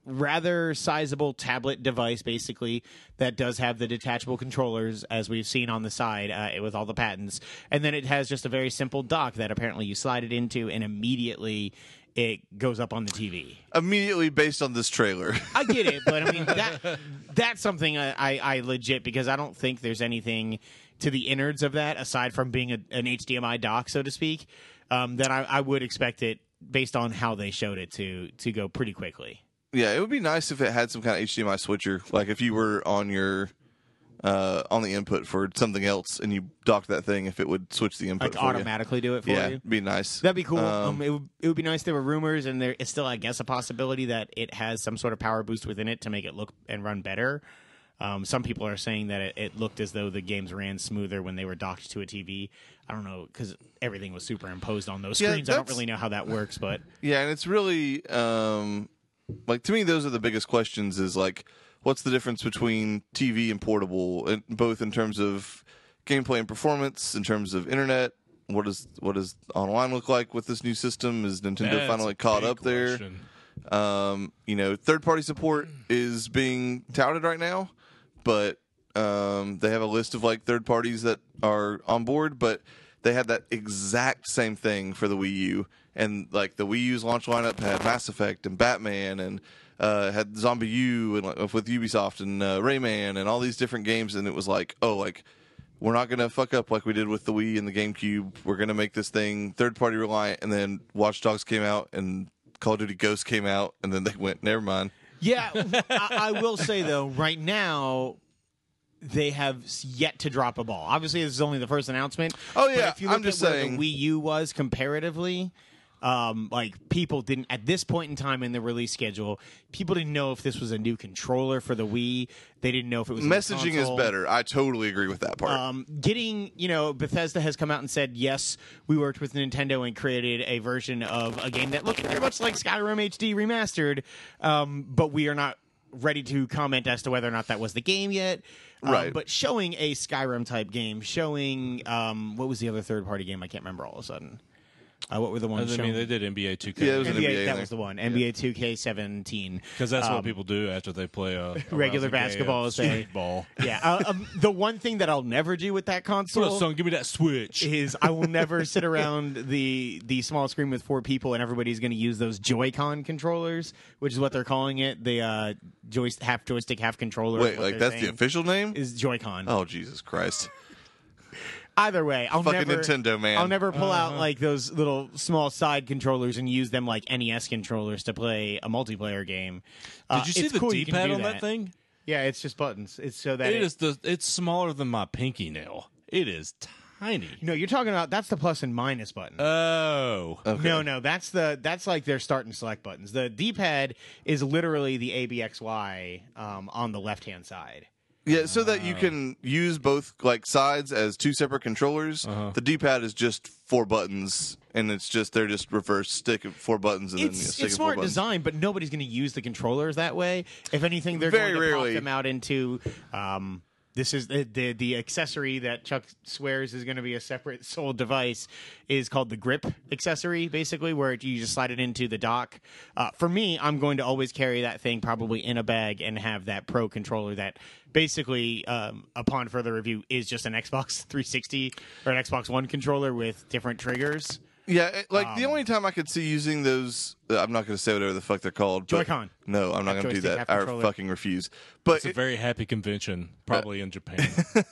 rather sizable tablet device, basically, that does have the detachable controllers, as we've seen on the side uh, with all the patents. And then it has just a very simple dock that apparently you slide it into, and immediately it goes up on the TV. Immediately based on this trailer. I get it, but I mean that that's something I, I, I legit because I don't think there's anything to the innards of that aside from being a, an HDMI dock, so to speak. Um, that I, I would expect it based on how they showed it to to go pretty quickly. Yeah, it would be nice if it had some kind of HDMI switcher. Like if you were on your uh on the input for something else and you docked that thing, if it would switch the input Like for you. automatically do it for Yeah, you. it'd be nice. That'd be cool. Um, Um, it, would, it would be nice. There were rumors, and there it's still, I guess, a possibility that it has some sort of power boost within it to make it look and run better. Um, some people are saying that it, it looked as though the games ran smoother when they were docked to a TV. I don't know because everything was superimposed on those Yeah, screens. I don't that's- really know how that works, but yeah, and it's really um like to me those are the biggest questions is like what's the difference between TV and portable and both in terms of gameplay and performance, in terms of internet, what does what does online look like with this new system? Is Nintendo That's finally a caught big up there? question. Um, you know, third party support is being touted right now, but um, they have a list of like third parties that are on board, but they had that exact same thing for the Wii U. And like the Wii U's launch lineup had Mass Effect and Batman and uh, had Zombie U and like, with Ubisoft and uh, Rayman and all these different games. And it was like, oh, like we're not going to fuck up like we did with the Wii and the GameCube. We're going to make this thing third party reliant. And then Watch Dogs came out and Call of Duty Ghosts came out. And then they went, never mind. yeah, I, I will say though, right now. They have s- yet to drop a ball. Obviously, this is only the first announcement. Oh, but yeah, if you I'm look at just where saying- the Wii U was comparatively, um, like people didn't at this point in time in the release schedule, people didn't know if this was a new controller for the Wii. They didn't know if it was a new Messaging is console. better. I totally agree with that part. Um, getting, you know, Bethesda has come out and said, yes, we worked with Nintendo and created a version of a game that looked very much like Skyrim HD remastered, um, but we are not ready to comment as to whether or not that was the game yet. Um, Right. But showing a Skyrim type game, showing, um, what was the other third party game? I can't remember all of a sudden. Uh, what were the ones I mean, shown? they did NBA 2K. Yeah, it was an NBA NBA, in that there. was the one. NBA 2K17. Because that's what people do after they play a, a rousing game regular of basketball is they- street ball. Yeah. Uh, um, the one thing that I'll never do with that console. Well, son, give me that switch. is I will never sit around the the small screen with four people and everybody's going to use those Joy-Con controllers, which is what they're calling it, the uh, joy half joystick half controller. is Wait, what like they're that's the saying, official name? is Joy-Con. oh Jesus Christ! Either way, I'll Fucking never Nintendo, man. I'll never pull Uh-huh. out like those little small side controllers and use them like NES controllers to play a multiplayer game. Uh, Did you see it's the cool you can D-pad do on that thing? Yeah, it's just buttons. It's so that It it- is the. It's smaller than my pinky nail. It is tiny. No, you're talking about that's the plus and minus button. Oh. Okay. No, no, that's the that's like their start and select buttons. The D-pad is literally the ABXY um, on the left hand side. Yeah, so that you can use both like sides as two separate controllers. Uh-huh. The D-pad is just four buttons, and it's just they're just reverse stick of four buttons and then you know, It's stick it's of four smart buttons. design, but nobody's going to use the controllers that way. If anything, they're Very going to rarely. pop them out into. Um, this is the, the the accessory that Chuck swears is going to be a separate sole device is called the grip accessory, basically where it, you just slide it into the dock. Uh, for me, I'm going to always carry that thing probably in a bag and have that pro controller that basically, um, upon further review, is just an Xbox 360 or an Xbox One controller with different triggers. Yeah, it- like Um, the only time I could see using those, uh, I'm not going to say whatever the fuck they're called. but- Joy-Con. No, I'm not going Half to do joystick, that. half I controller. fucking refuse. But It's a it- very happy convention, probably in Japan.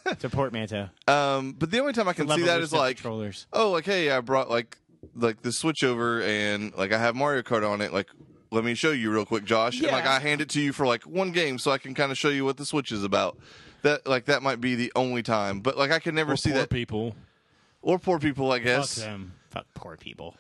It's a portmanteau. um, but the only time I can see Level that with is the like, controllers. oh, like hey, I brought like like the Switch over and like I have Mario Kart on it. Like, let me show you real quick, Josh. And like Yeah. I hand it to you for like one game, so I can kind of show you what the Switch is about. That like that might be the only time. But like I can never Or see poor that. people. or poor people, I Fuck guess. them. Fuck poor people.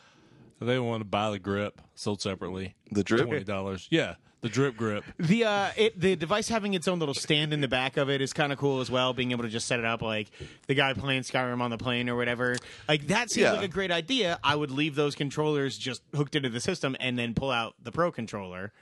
They want to buy the grip sold separately. The drip? twenty dollars. Yeah, the drip grip. The uh, it, the device having its own little stand in the back of it is kind of cool as well. Being able to just set it up, like the guy playing Skyrim on the plane or whatever, like that seems Yeah. like a great idea. I would leave those controllers just hooked into the system and then pull out the Pro controller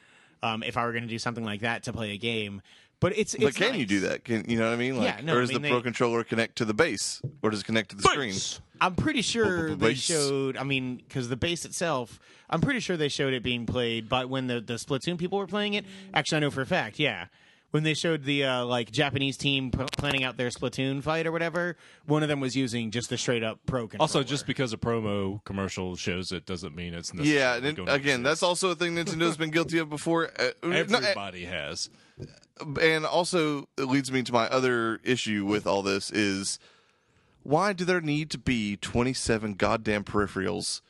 um, if I were going to do something like that to play a game. But it's, it's But can you nice. do that? Can you know what I mean? Like, Yeah, no, or I does mean, the pro they- controller connect to the base, or does it connect to the screen? I'm pretty sure they Bass. showed. I mean, because the bass itself, I'm pretty sure they showed it being played. But when the the Splatoon people were playing it, actually, I know for a fact, yeah. When they showed the uh, like Japanese team p- planning out their Splatoon fight or whatever, one of them was using just the straight up pro controller. Also, just because a promo commercial shows it doesn't mean it's necessarily Yeah, and going it- to again, that's also a thing Nintendo's been guilty of before. Uh, no, uh, everybody has. and also it leads me to my other issue with all this is why do there need to be 27 goddamn peripherals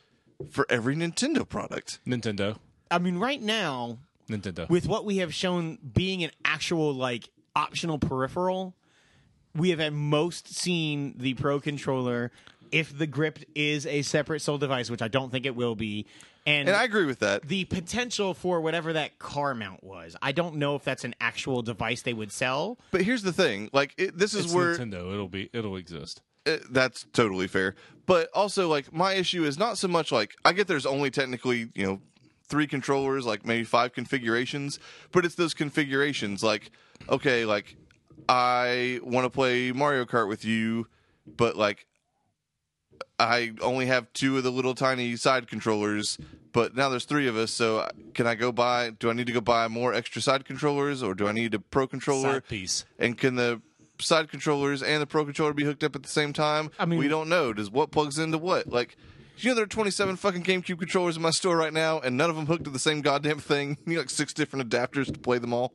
for every Nintendo product? Nintendo, I mean, right now Nintendo. with what we have shown being an actual like optional peripheral, we have at most seen the Pro controller. If the grip is a separate sole device, which I don't think it will be, and, And I agree with that. the potential for whatever that car mount was, I don't know if that's an actual device they would sell. But here's the thing, like it, this is it's where Nintendo. It'll be. It'll exist. Uh, that's totally fair. But also, like, my issue is not so much like I get there's only technically, you know, three controllers, like maybe five configurations, but it's those configurations. Like, okay, like, I want to play Mario Kart with you, but like, I only have two of the little tiny side controllers, but now there's three of us. So can I go buy? Do I need to go buy more extra side controllers, or do I need a pro controller? Side piece. And can the side controllers and the pro controller be hooked up at the same time? I mean- we don't know. Does what plugs into what? Like, you know, there are 27 fucking GameCube controllers in my store right now, and none of them hooked to the same goddamn thing. You need like six different adapters to play them all.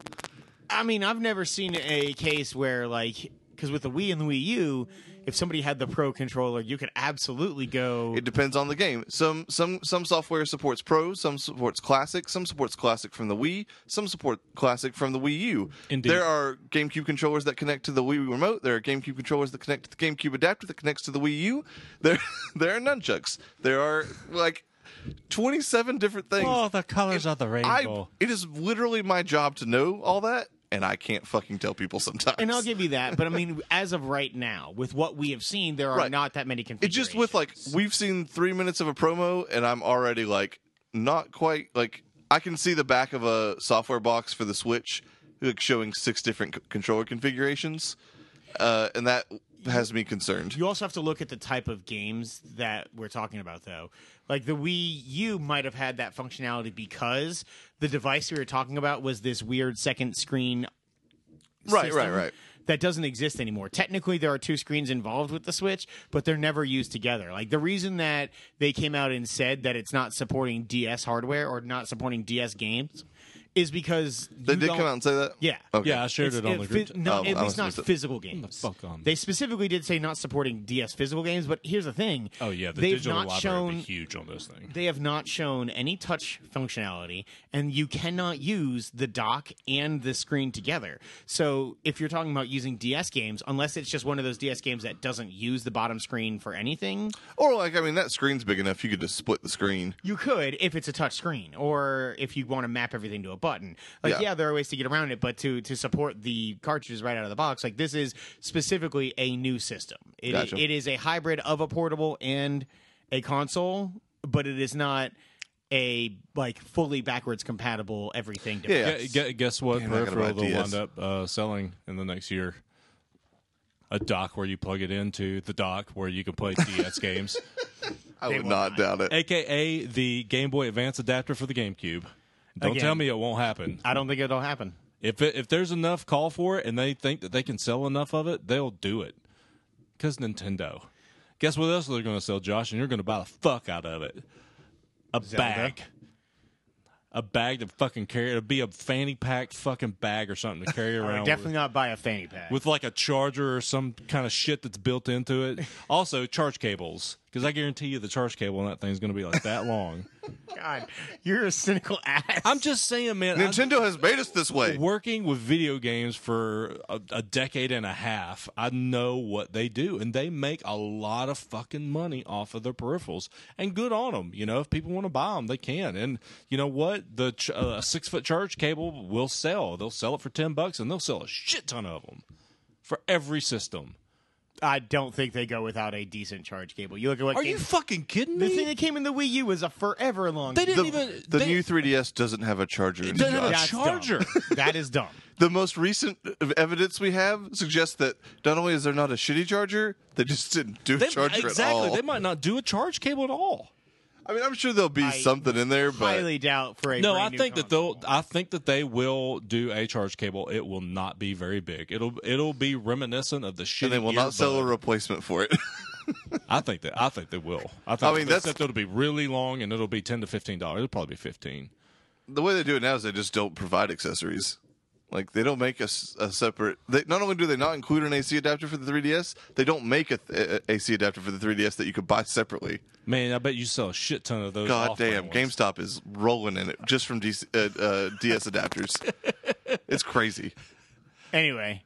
I mean, I've never seen a case where like because with the Wii and the Wii U, if somebody had the Pro controller, you could absolutely go. It depends on the game. Some some some software supports Pro, some supports Classic, some supports Classic from the Wii, some support Classic from the Wii U. Indeed. There are GameCube controllers that connect to the Wii remote. There are GameCube controllers that connect to the GameCube adapter that connects to the Wii U. There there are nunchucks. There are like 27 different things. Oh, the colors of the I it is literally my job to know all that and I can't fucking tell people sometimes. and I'll give you that, but I mean, as of right now, with what we have seen, there are Right. not that many It's configurations. just with like we've seen three minutes of a promo, and I'm already like not quite like I can see the back of a software box for the Switch, like showing six different c- controller configurations, uh, and that has me concerned. You also have to look at the type of games that we're talking about, though. Like the Wii U might have had that functionality because the device we were talking about was this weird second screen. Right, right, system right. That doesn't exist anymore. Technically, there are two screens involved with the Switch, but they're never used together. Like the reason that they came out and said that it's not supporting DS hardware or not supporting DS games is because They you did don't- come out and say that. Yeah, Okay. Yeah, I shared It's- it on it the fi- group. chat. Oh, No, I at was least gonna not say- physical games. fuck on. They specifically did say not supporting DS physical games, but here's the thing. oh yeah, the they've digital not library shown would be huge on this thing. they have not shown any touch functionality and you cannot use the dock and the screen together so if you're talking about using ds games unless it's just one of those ds games that doesn't use the bottom screen for anything Or like, I mean, that screen's big enough. You could just split the screen. you could if it's a touch screen or if you want to map everything to a button like Yeah. yeah, there are ways to get around it but to to support the cartridges right out of the box like this is specifically a new system It- Gotcha. it is a hybrid of a portable and a console but it is not a like fully backwards compatible everything device. Yeah. Gu- gu- guess what Damn, I gotta peripheral buy a DS. they'll wind up uh, selling in the next year? A dock where you plug it into the dock where you can play DS games, I would not doubt it. aka the Game Boy Advance adapter for the GameCube. Don't Again. tell me it won't happen. i don't think it'll happen If it, if there's enough call for it and they think that they can sell enough of it, they'll do it. Cause Nintendo. Guess what else they're going to sell, Josh? And you're going to buy the fuck out of it. A bag. A bag to fucking carry. It'll be a fanny pack fucking bag or something to carry around. definitely not buy a fanny pack with like a charger or some kind of shit that's built into it. Also, charge cables, because I guarantee you the charge cable on that thing's going to be like that long. god you're a cynical ass I'm just saying, man. I- Nintendo has made us this way. working with video games for a, a decade and a half, I know what they do, and they make a lot of fucking money off of their peripherals. And good on them, you know. If people want to buy them, they can. And you know what? The ch- uh, a six foot charge cable will sell. They'll sell it for ten bucks, and they'll sell a shit ton of them for every system. i don't think they go without a decent charge cable you look at what Are came- you fucking kidding the me? thing that came in the wii u was a forever long they didn't The, even the they, new 3DS doesn't have a charger. in it, doesn't have a Josh. That's dumb. charger. that is dumb the most recent evidence we have suggests that not only is there not a shitty charger, they just didn't do a They, charger exactly. at all. They might not do a charge cable at all. I mean, I'm sure there'll be I something in there, but highly doubt for a No, brand I new think that console. they'll. I think that they will do a charge cable. It will not be very big. It'll it'll be reminiscent of the shit. and they will not sell a replacement for it. I think that. I think they will. I, think I mean, that's- except it'll be really long and it'll be ten to fifteen dollars. It'll probably be fifteen. the way they do it now is they just don't provide accessories. Like they don't make a, s- a separate. They, not only do they not include an AC adapter for the 3DS, they don't make a, th- a- AC adapter for the 3DS that you could buy separately. Man, I bet you sell a shit ton of those. God off-brand damn, ones. GameStop is rolling in it just from DC, uh, uh, DS adapters. it's crazy. Anyway,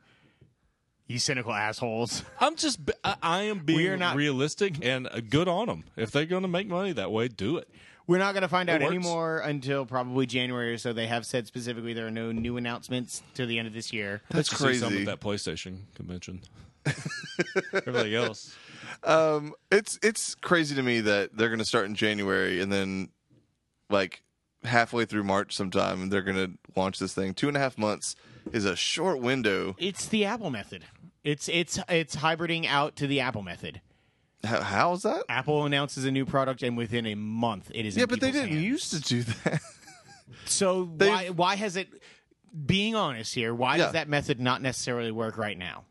you cynical assholes. I'm just. b- I, I am We being are not- realistic and uh, good on them. If they're going to make money that way, do it. We're not going to find out works. any more until probably January or so. They have said specifically there are no new announcements to the end of this year. That's Bet you see Some crazy. at that PlayStation convention. Everything else. Um, it's it's crazy to me that they're going to start in January and then like halfway through March sometime they're going to launch this thing. Two and a half months is a short window. It's the Apple method. It's it's it's hybriding out to the Apple method. How, how is that? Apple announces a new product, and within a month, it is. Yeah, in but they people's didn't hands. used to do that. So They've- why why has it? Being honest here, why Yeah. does that method not necessarily work right now?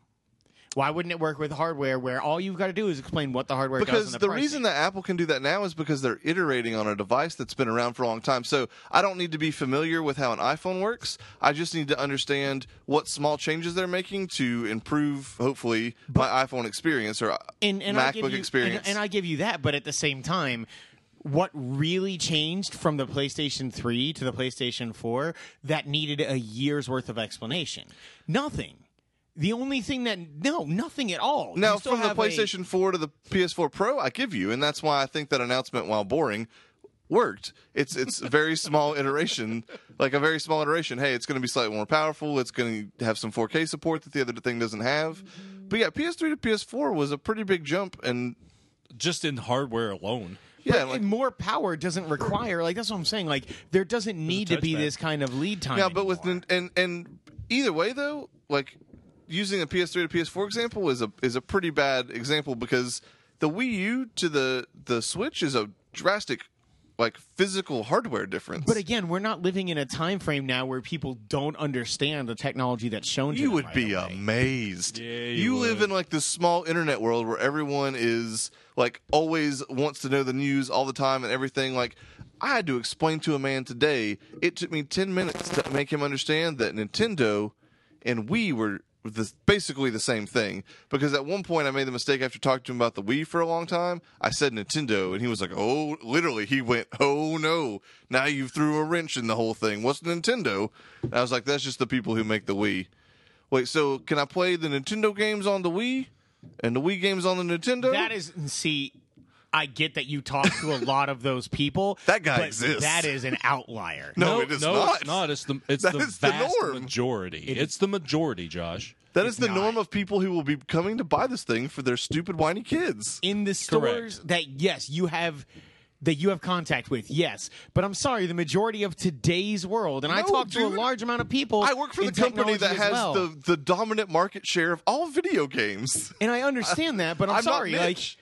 Why wouldn't it work with hardware where all you've got to do is explain what the hardware does? because and the, the, pricing? reason that Apple can do that now is because they're iterating on a device that's been around for a long time. So I don't need to be familiar with how an iPhone works. I just need to understand what small changes they're making to improve, hopefully, my iPhone experience or uh, and, and I give MacBook you, experience. And, and I give you that, but at the same time, what really changed from the PlayStation 3 to the PlayStation 4 that needed a year's worth of explanation? Nothing. The only thing that no, nothing at all. now, You still from the have a- PlayStation 4 to the PS4 Pro, I give you, and that's why I think that announcement, while boring, worked. It's it's a very small iteration, like a very small iteration. Hey, it's going to be slightly more powerful. It's going to have some 4K support that the other thing doesn't have. But yeah, PS3 to PS4 was a pretty big jump, and Just in hardware alone. yeah, like, and more power doesn't require like that's what I'm saying. Like there doesn't need to be touchpad. this kind of lead time. yeah, but with anymore. nin- and and either way though, like using a PS3 to PS4 example is a is a pretty bad example because the Wii U to the the Switch is a drastic like physical hardware difference. but again, we're not living in a time frame now where people don't understand the technology that's shown. to you them would right be away. amazed. Yeah, you live would. in like this small internet world where everyone is like always wants to know the news all the time and everything. Like I had to explain to a man today. It took me ten minutes to make him understand that Nintendo and we were the, basically the same thing. Because at one point, I made the mistake after talking to him about the Wii for a long time. I said Nintendo, and he was like, "Oh, literally." He went, "Oh no! Now you threw a wrench in the whole thing. What's Nintendo?" And I was like, "That's just the people who make the Wii." Wait, so can I play the Nintendo games on the Wii and the Wii games on the Nintendo? That is see, I get that you talk to a lot of those people. That guy but exists. That is an outlier. no, it is no, not. It's not. It's the it's That the is the vast norm. majority. it's the majority, Josh. That is the not. norm of people who will be coming to buy this thing for their stupid whiny kids. in the stores that yes you have that you have contact with yes but i'm sorry the majority of today's world and i No, talk to a dude. large amount of people I work for the in company technology that as has well. the, the dominant market share of all video games. and i understand that but i'm, I'm not sorry like Mitch.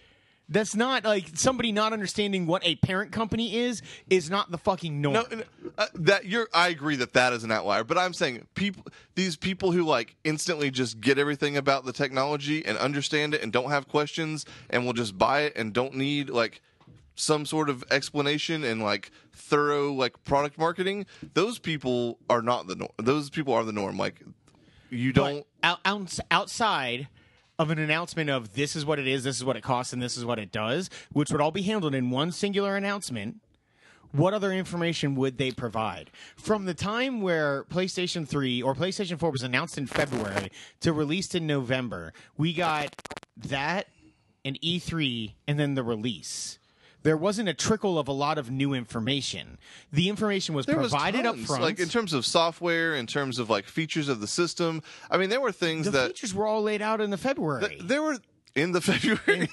that's not like somebody not understanding what a parent company is is not the fucking norm No, n- uh, that you're. I agree that that is an outlier, but I'm saying people, these people who like instantly just get everything about the technology and understand it and don't have questions and will just buy it and don't need like some sort of explanation and like thorough like product marketing. Those people are not the norm. Those people are the norm. Like you But don't. out, outs- outside of an announcement of this is what it is, this is what it costs, and this is what it does, which would all be handled in one singular announcement. What other information would they provide from the time where PlayStation 3 or PlayStation 4 was announced in February to released in November? We got that and E3 and then the release. There wasn't a trickle of a lot of new information. The information was There was provided up tons, front. like in terms of software, in terms of like features of the system. I mean, there were things the that features were all laid out in the February. there were in the February.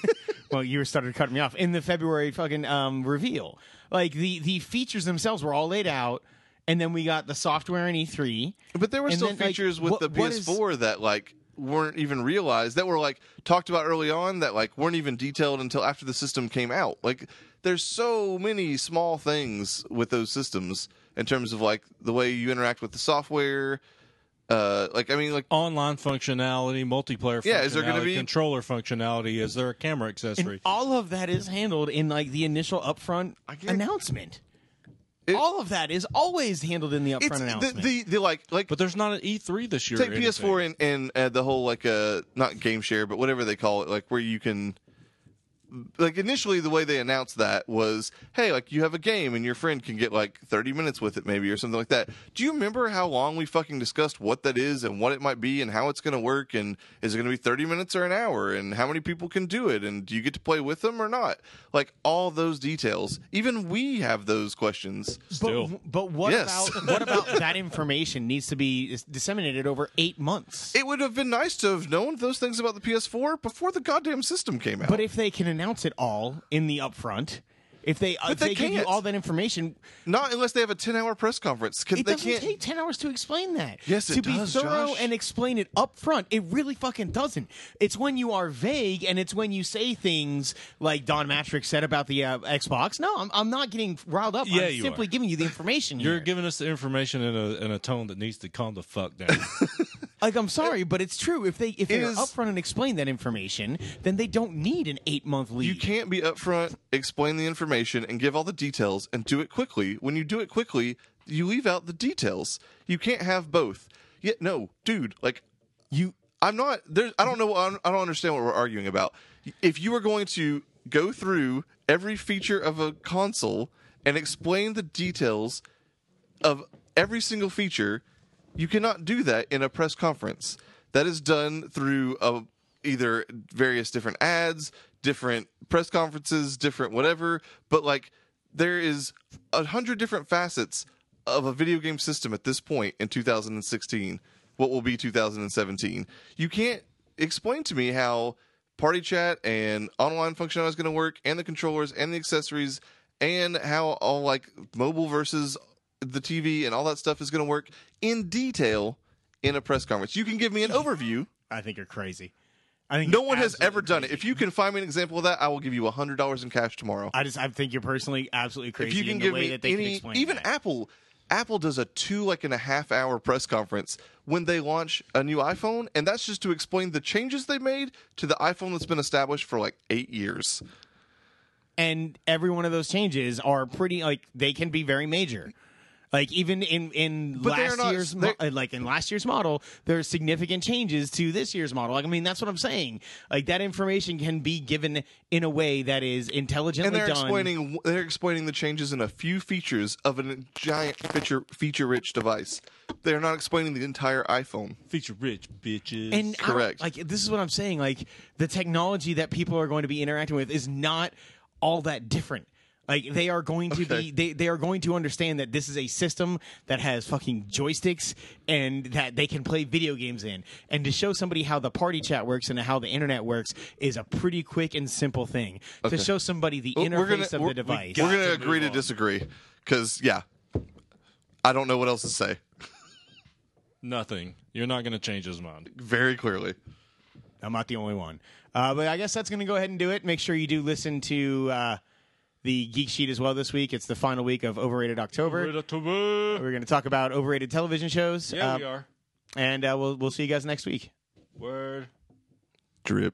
well, you started cutting me off in the February fucking um, reveal. Like the the features themselves were all laid out, and then we got the software in E E3. But there were And still then, like, features what- with the what is- PS4 that like weren't even realized that were like talked about early on that like weren't even detailed until after the system came out. Like there's so many small things with those systems in terms of like the way you interact with the software. Uh, like I mean, like Online functionality, multiplayer. Yeah, functionality, is there gonna be- controller functionality? Is there a camera accessory? All of that is handled in like the initial upfront get- announcement. all of that is always handled in the upfront it's the, announcement. the the like like but there's not an E3 this year. take or anything. PS4 and and uh, the whole like uh not game share but whatever they call it like where you can like initially the way they announced that was hey like you have a game and your friend can get like 30 minutes with it maybe or something like that. Do you remember how long we fucking discussed what that is and what it might be and how it's going to work and is it going to be 30 minutes or an hour and how many people can do it and do you get to play with them or not? Like all those details. Even we have those questions. Still. But, but what Yes. about what about that information needs to be disseminated over eight months? It would have been nice to have known those things about the PS4 before the goddamn system came out. But if they can announce it all in the upfront, if they if they they, give you can't. all that information, Not unless they have a ten-hour press conference. Can, it they doesn't can't. take ten hours to explain that. Yes, it to does, be thorough Josh. and explain it up front, it really fucking doesn't. It's when you are vague and it's when you say things like Don Matrick said about the uh, Xbox. No, I'm, I'm not getting riled up. Yeah, I'm you simply are. giving you the information. You're here. giving us the information in a in a tone that needs to calm the fuck down. like I'm sorry, but it's true. If they if It they're is- upfront and explain that information, then they don't need an eight month lead. You can't be upfront, explain the information, and give all the details, and do it quickly. When you do it quickly, you leave out the details. You can't have both. Yet, no, dude. Like, You I'm not. There's. I don't know. I don't I don't understand what we're arguing about. If you were going to go through every feature of a console and explain the details of every single feature, you cannot do that in a press conference. That is done through a, either various different ads, different press conferences, different whatever. But like, there is a hundred different facets of a video game system at this point in 2016. What will be 2017? You can't explain to me how party chat and online functionality is going to work, and the controllers and the accessories, and how all like mobile versus the TV and all that stuff is going to work in detail in a press conference. You can give me an overview. I think you're crazy. I think No you're one has absolutely ever done it. If you can find me an example of that, I will give you $100 in cash tomorrow. I just I think you're personally absolutely If crazy you can in give the way me that they can any, explain even that. Apple, Apple does a two like and a half hour press conference when they launch a new iPhone, and that's just to explain the changes they made to the iPhone that's been established for like eight years. and every one of those changes are pretty like they can be very major. Like even in in But they're last not- year's mo- they're- uh, like in last year's model, there are significant changes to this year's model. Like I mean, that's what I'm saying. Like that information can be given in a way that is intelligently and they're done. explaining they're explaining the changes in a few features of a giant feature feature rich device. They're not explaining the entire iPhone. Feature rich bitches. And I don't- Correct. like this is what I'm saying. Like the technology that people are going to be interacting with is not all that different. Like they are going to Okay. be they, they are going to understand that this is a system that has fucking joysticks and that they can play video games in. And to show somebody how the party chat works and how the internet works is a pretty quick and simple thing. To show somebody the We're gonna- interface of we're- the device. We're going to to agree to move on. disagree cuz yeah. I don't know what else to say. Nothing. You're not going to change his mind. Very clearly. I'm not the only one. Uh, but I guess that's going to go ahead and do it. Make sure you do listen to uh, the Geek Sheet as well this week. It's the final week of Overrated October. uh, We're going to talk about overrated television shows. Yeah, uh, we are. And uh, we'll, we'll see you guys next week. Word. Drip.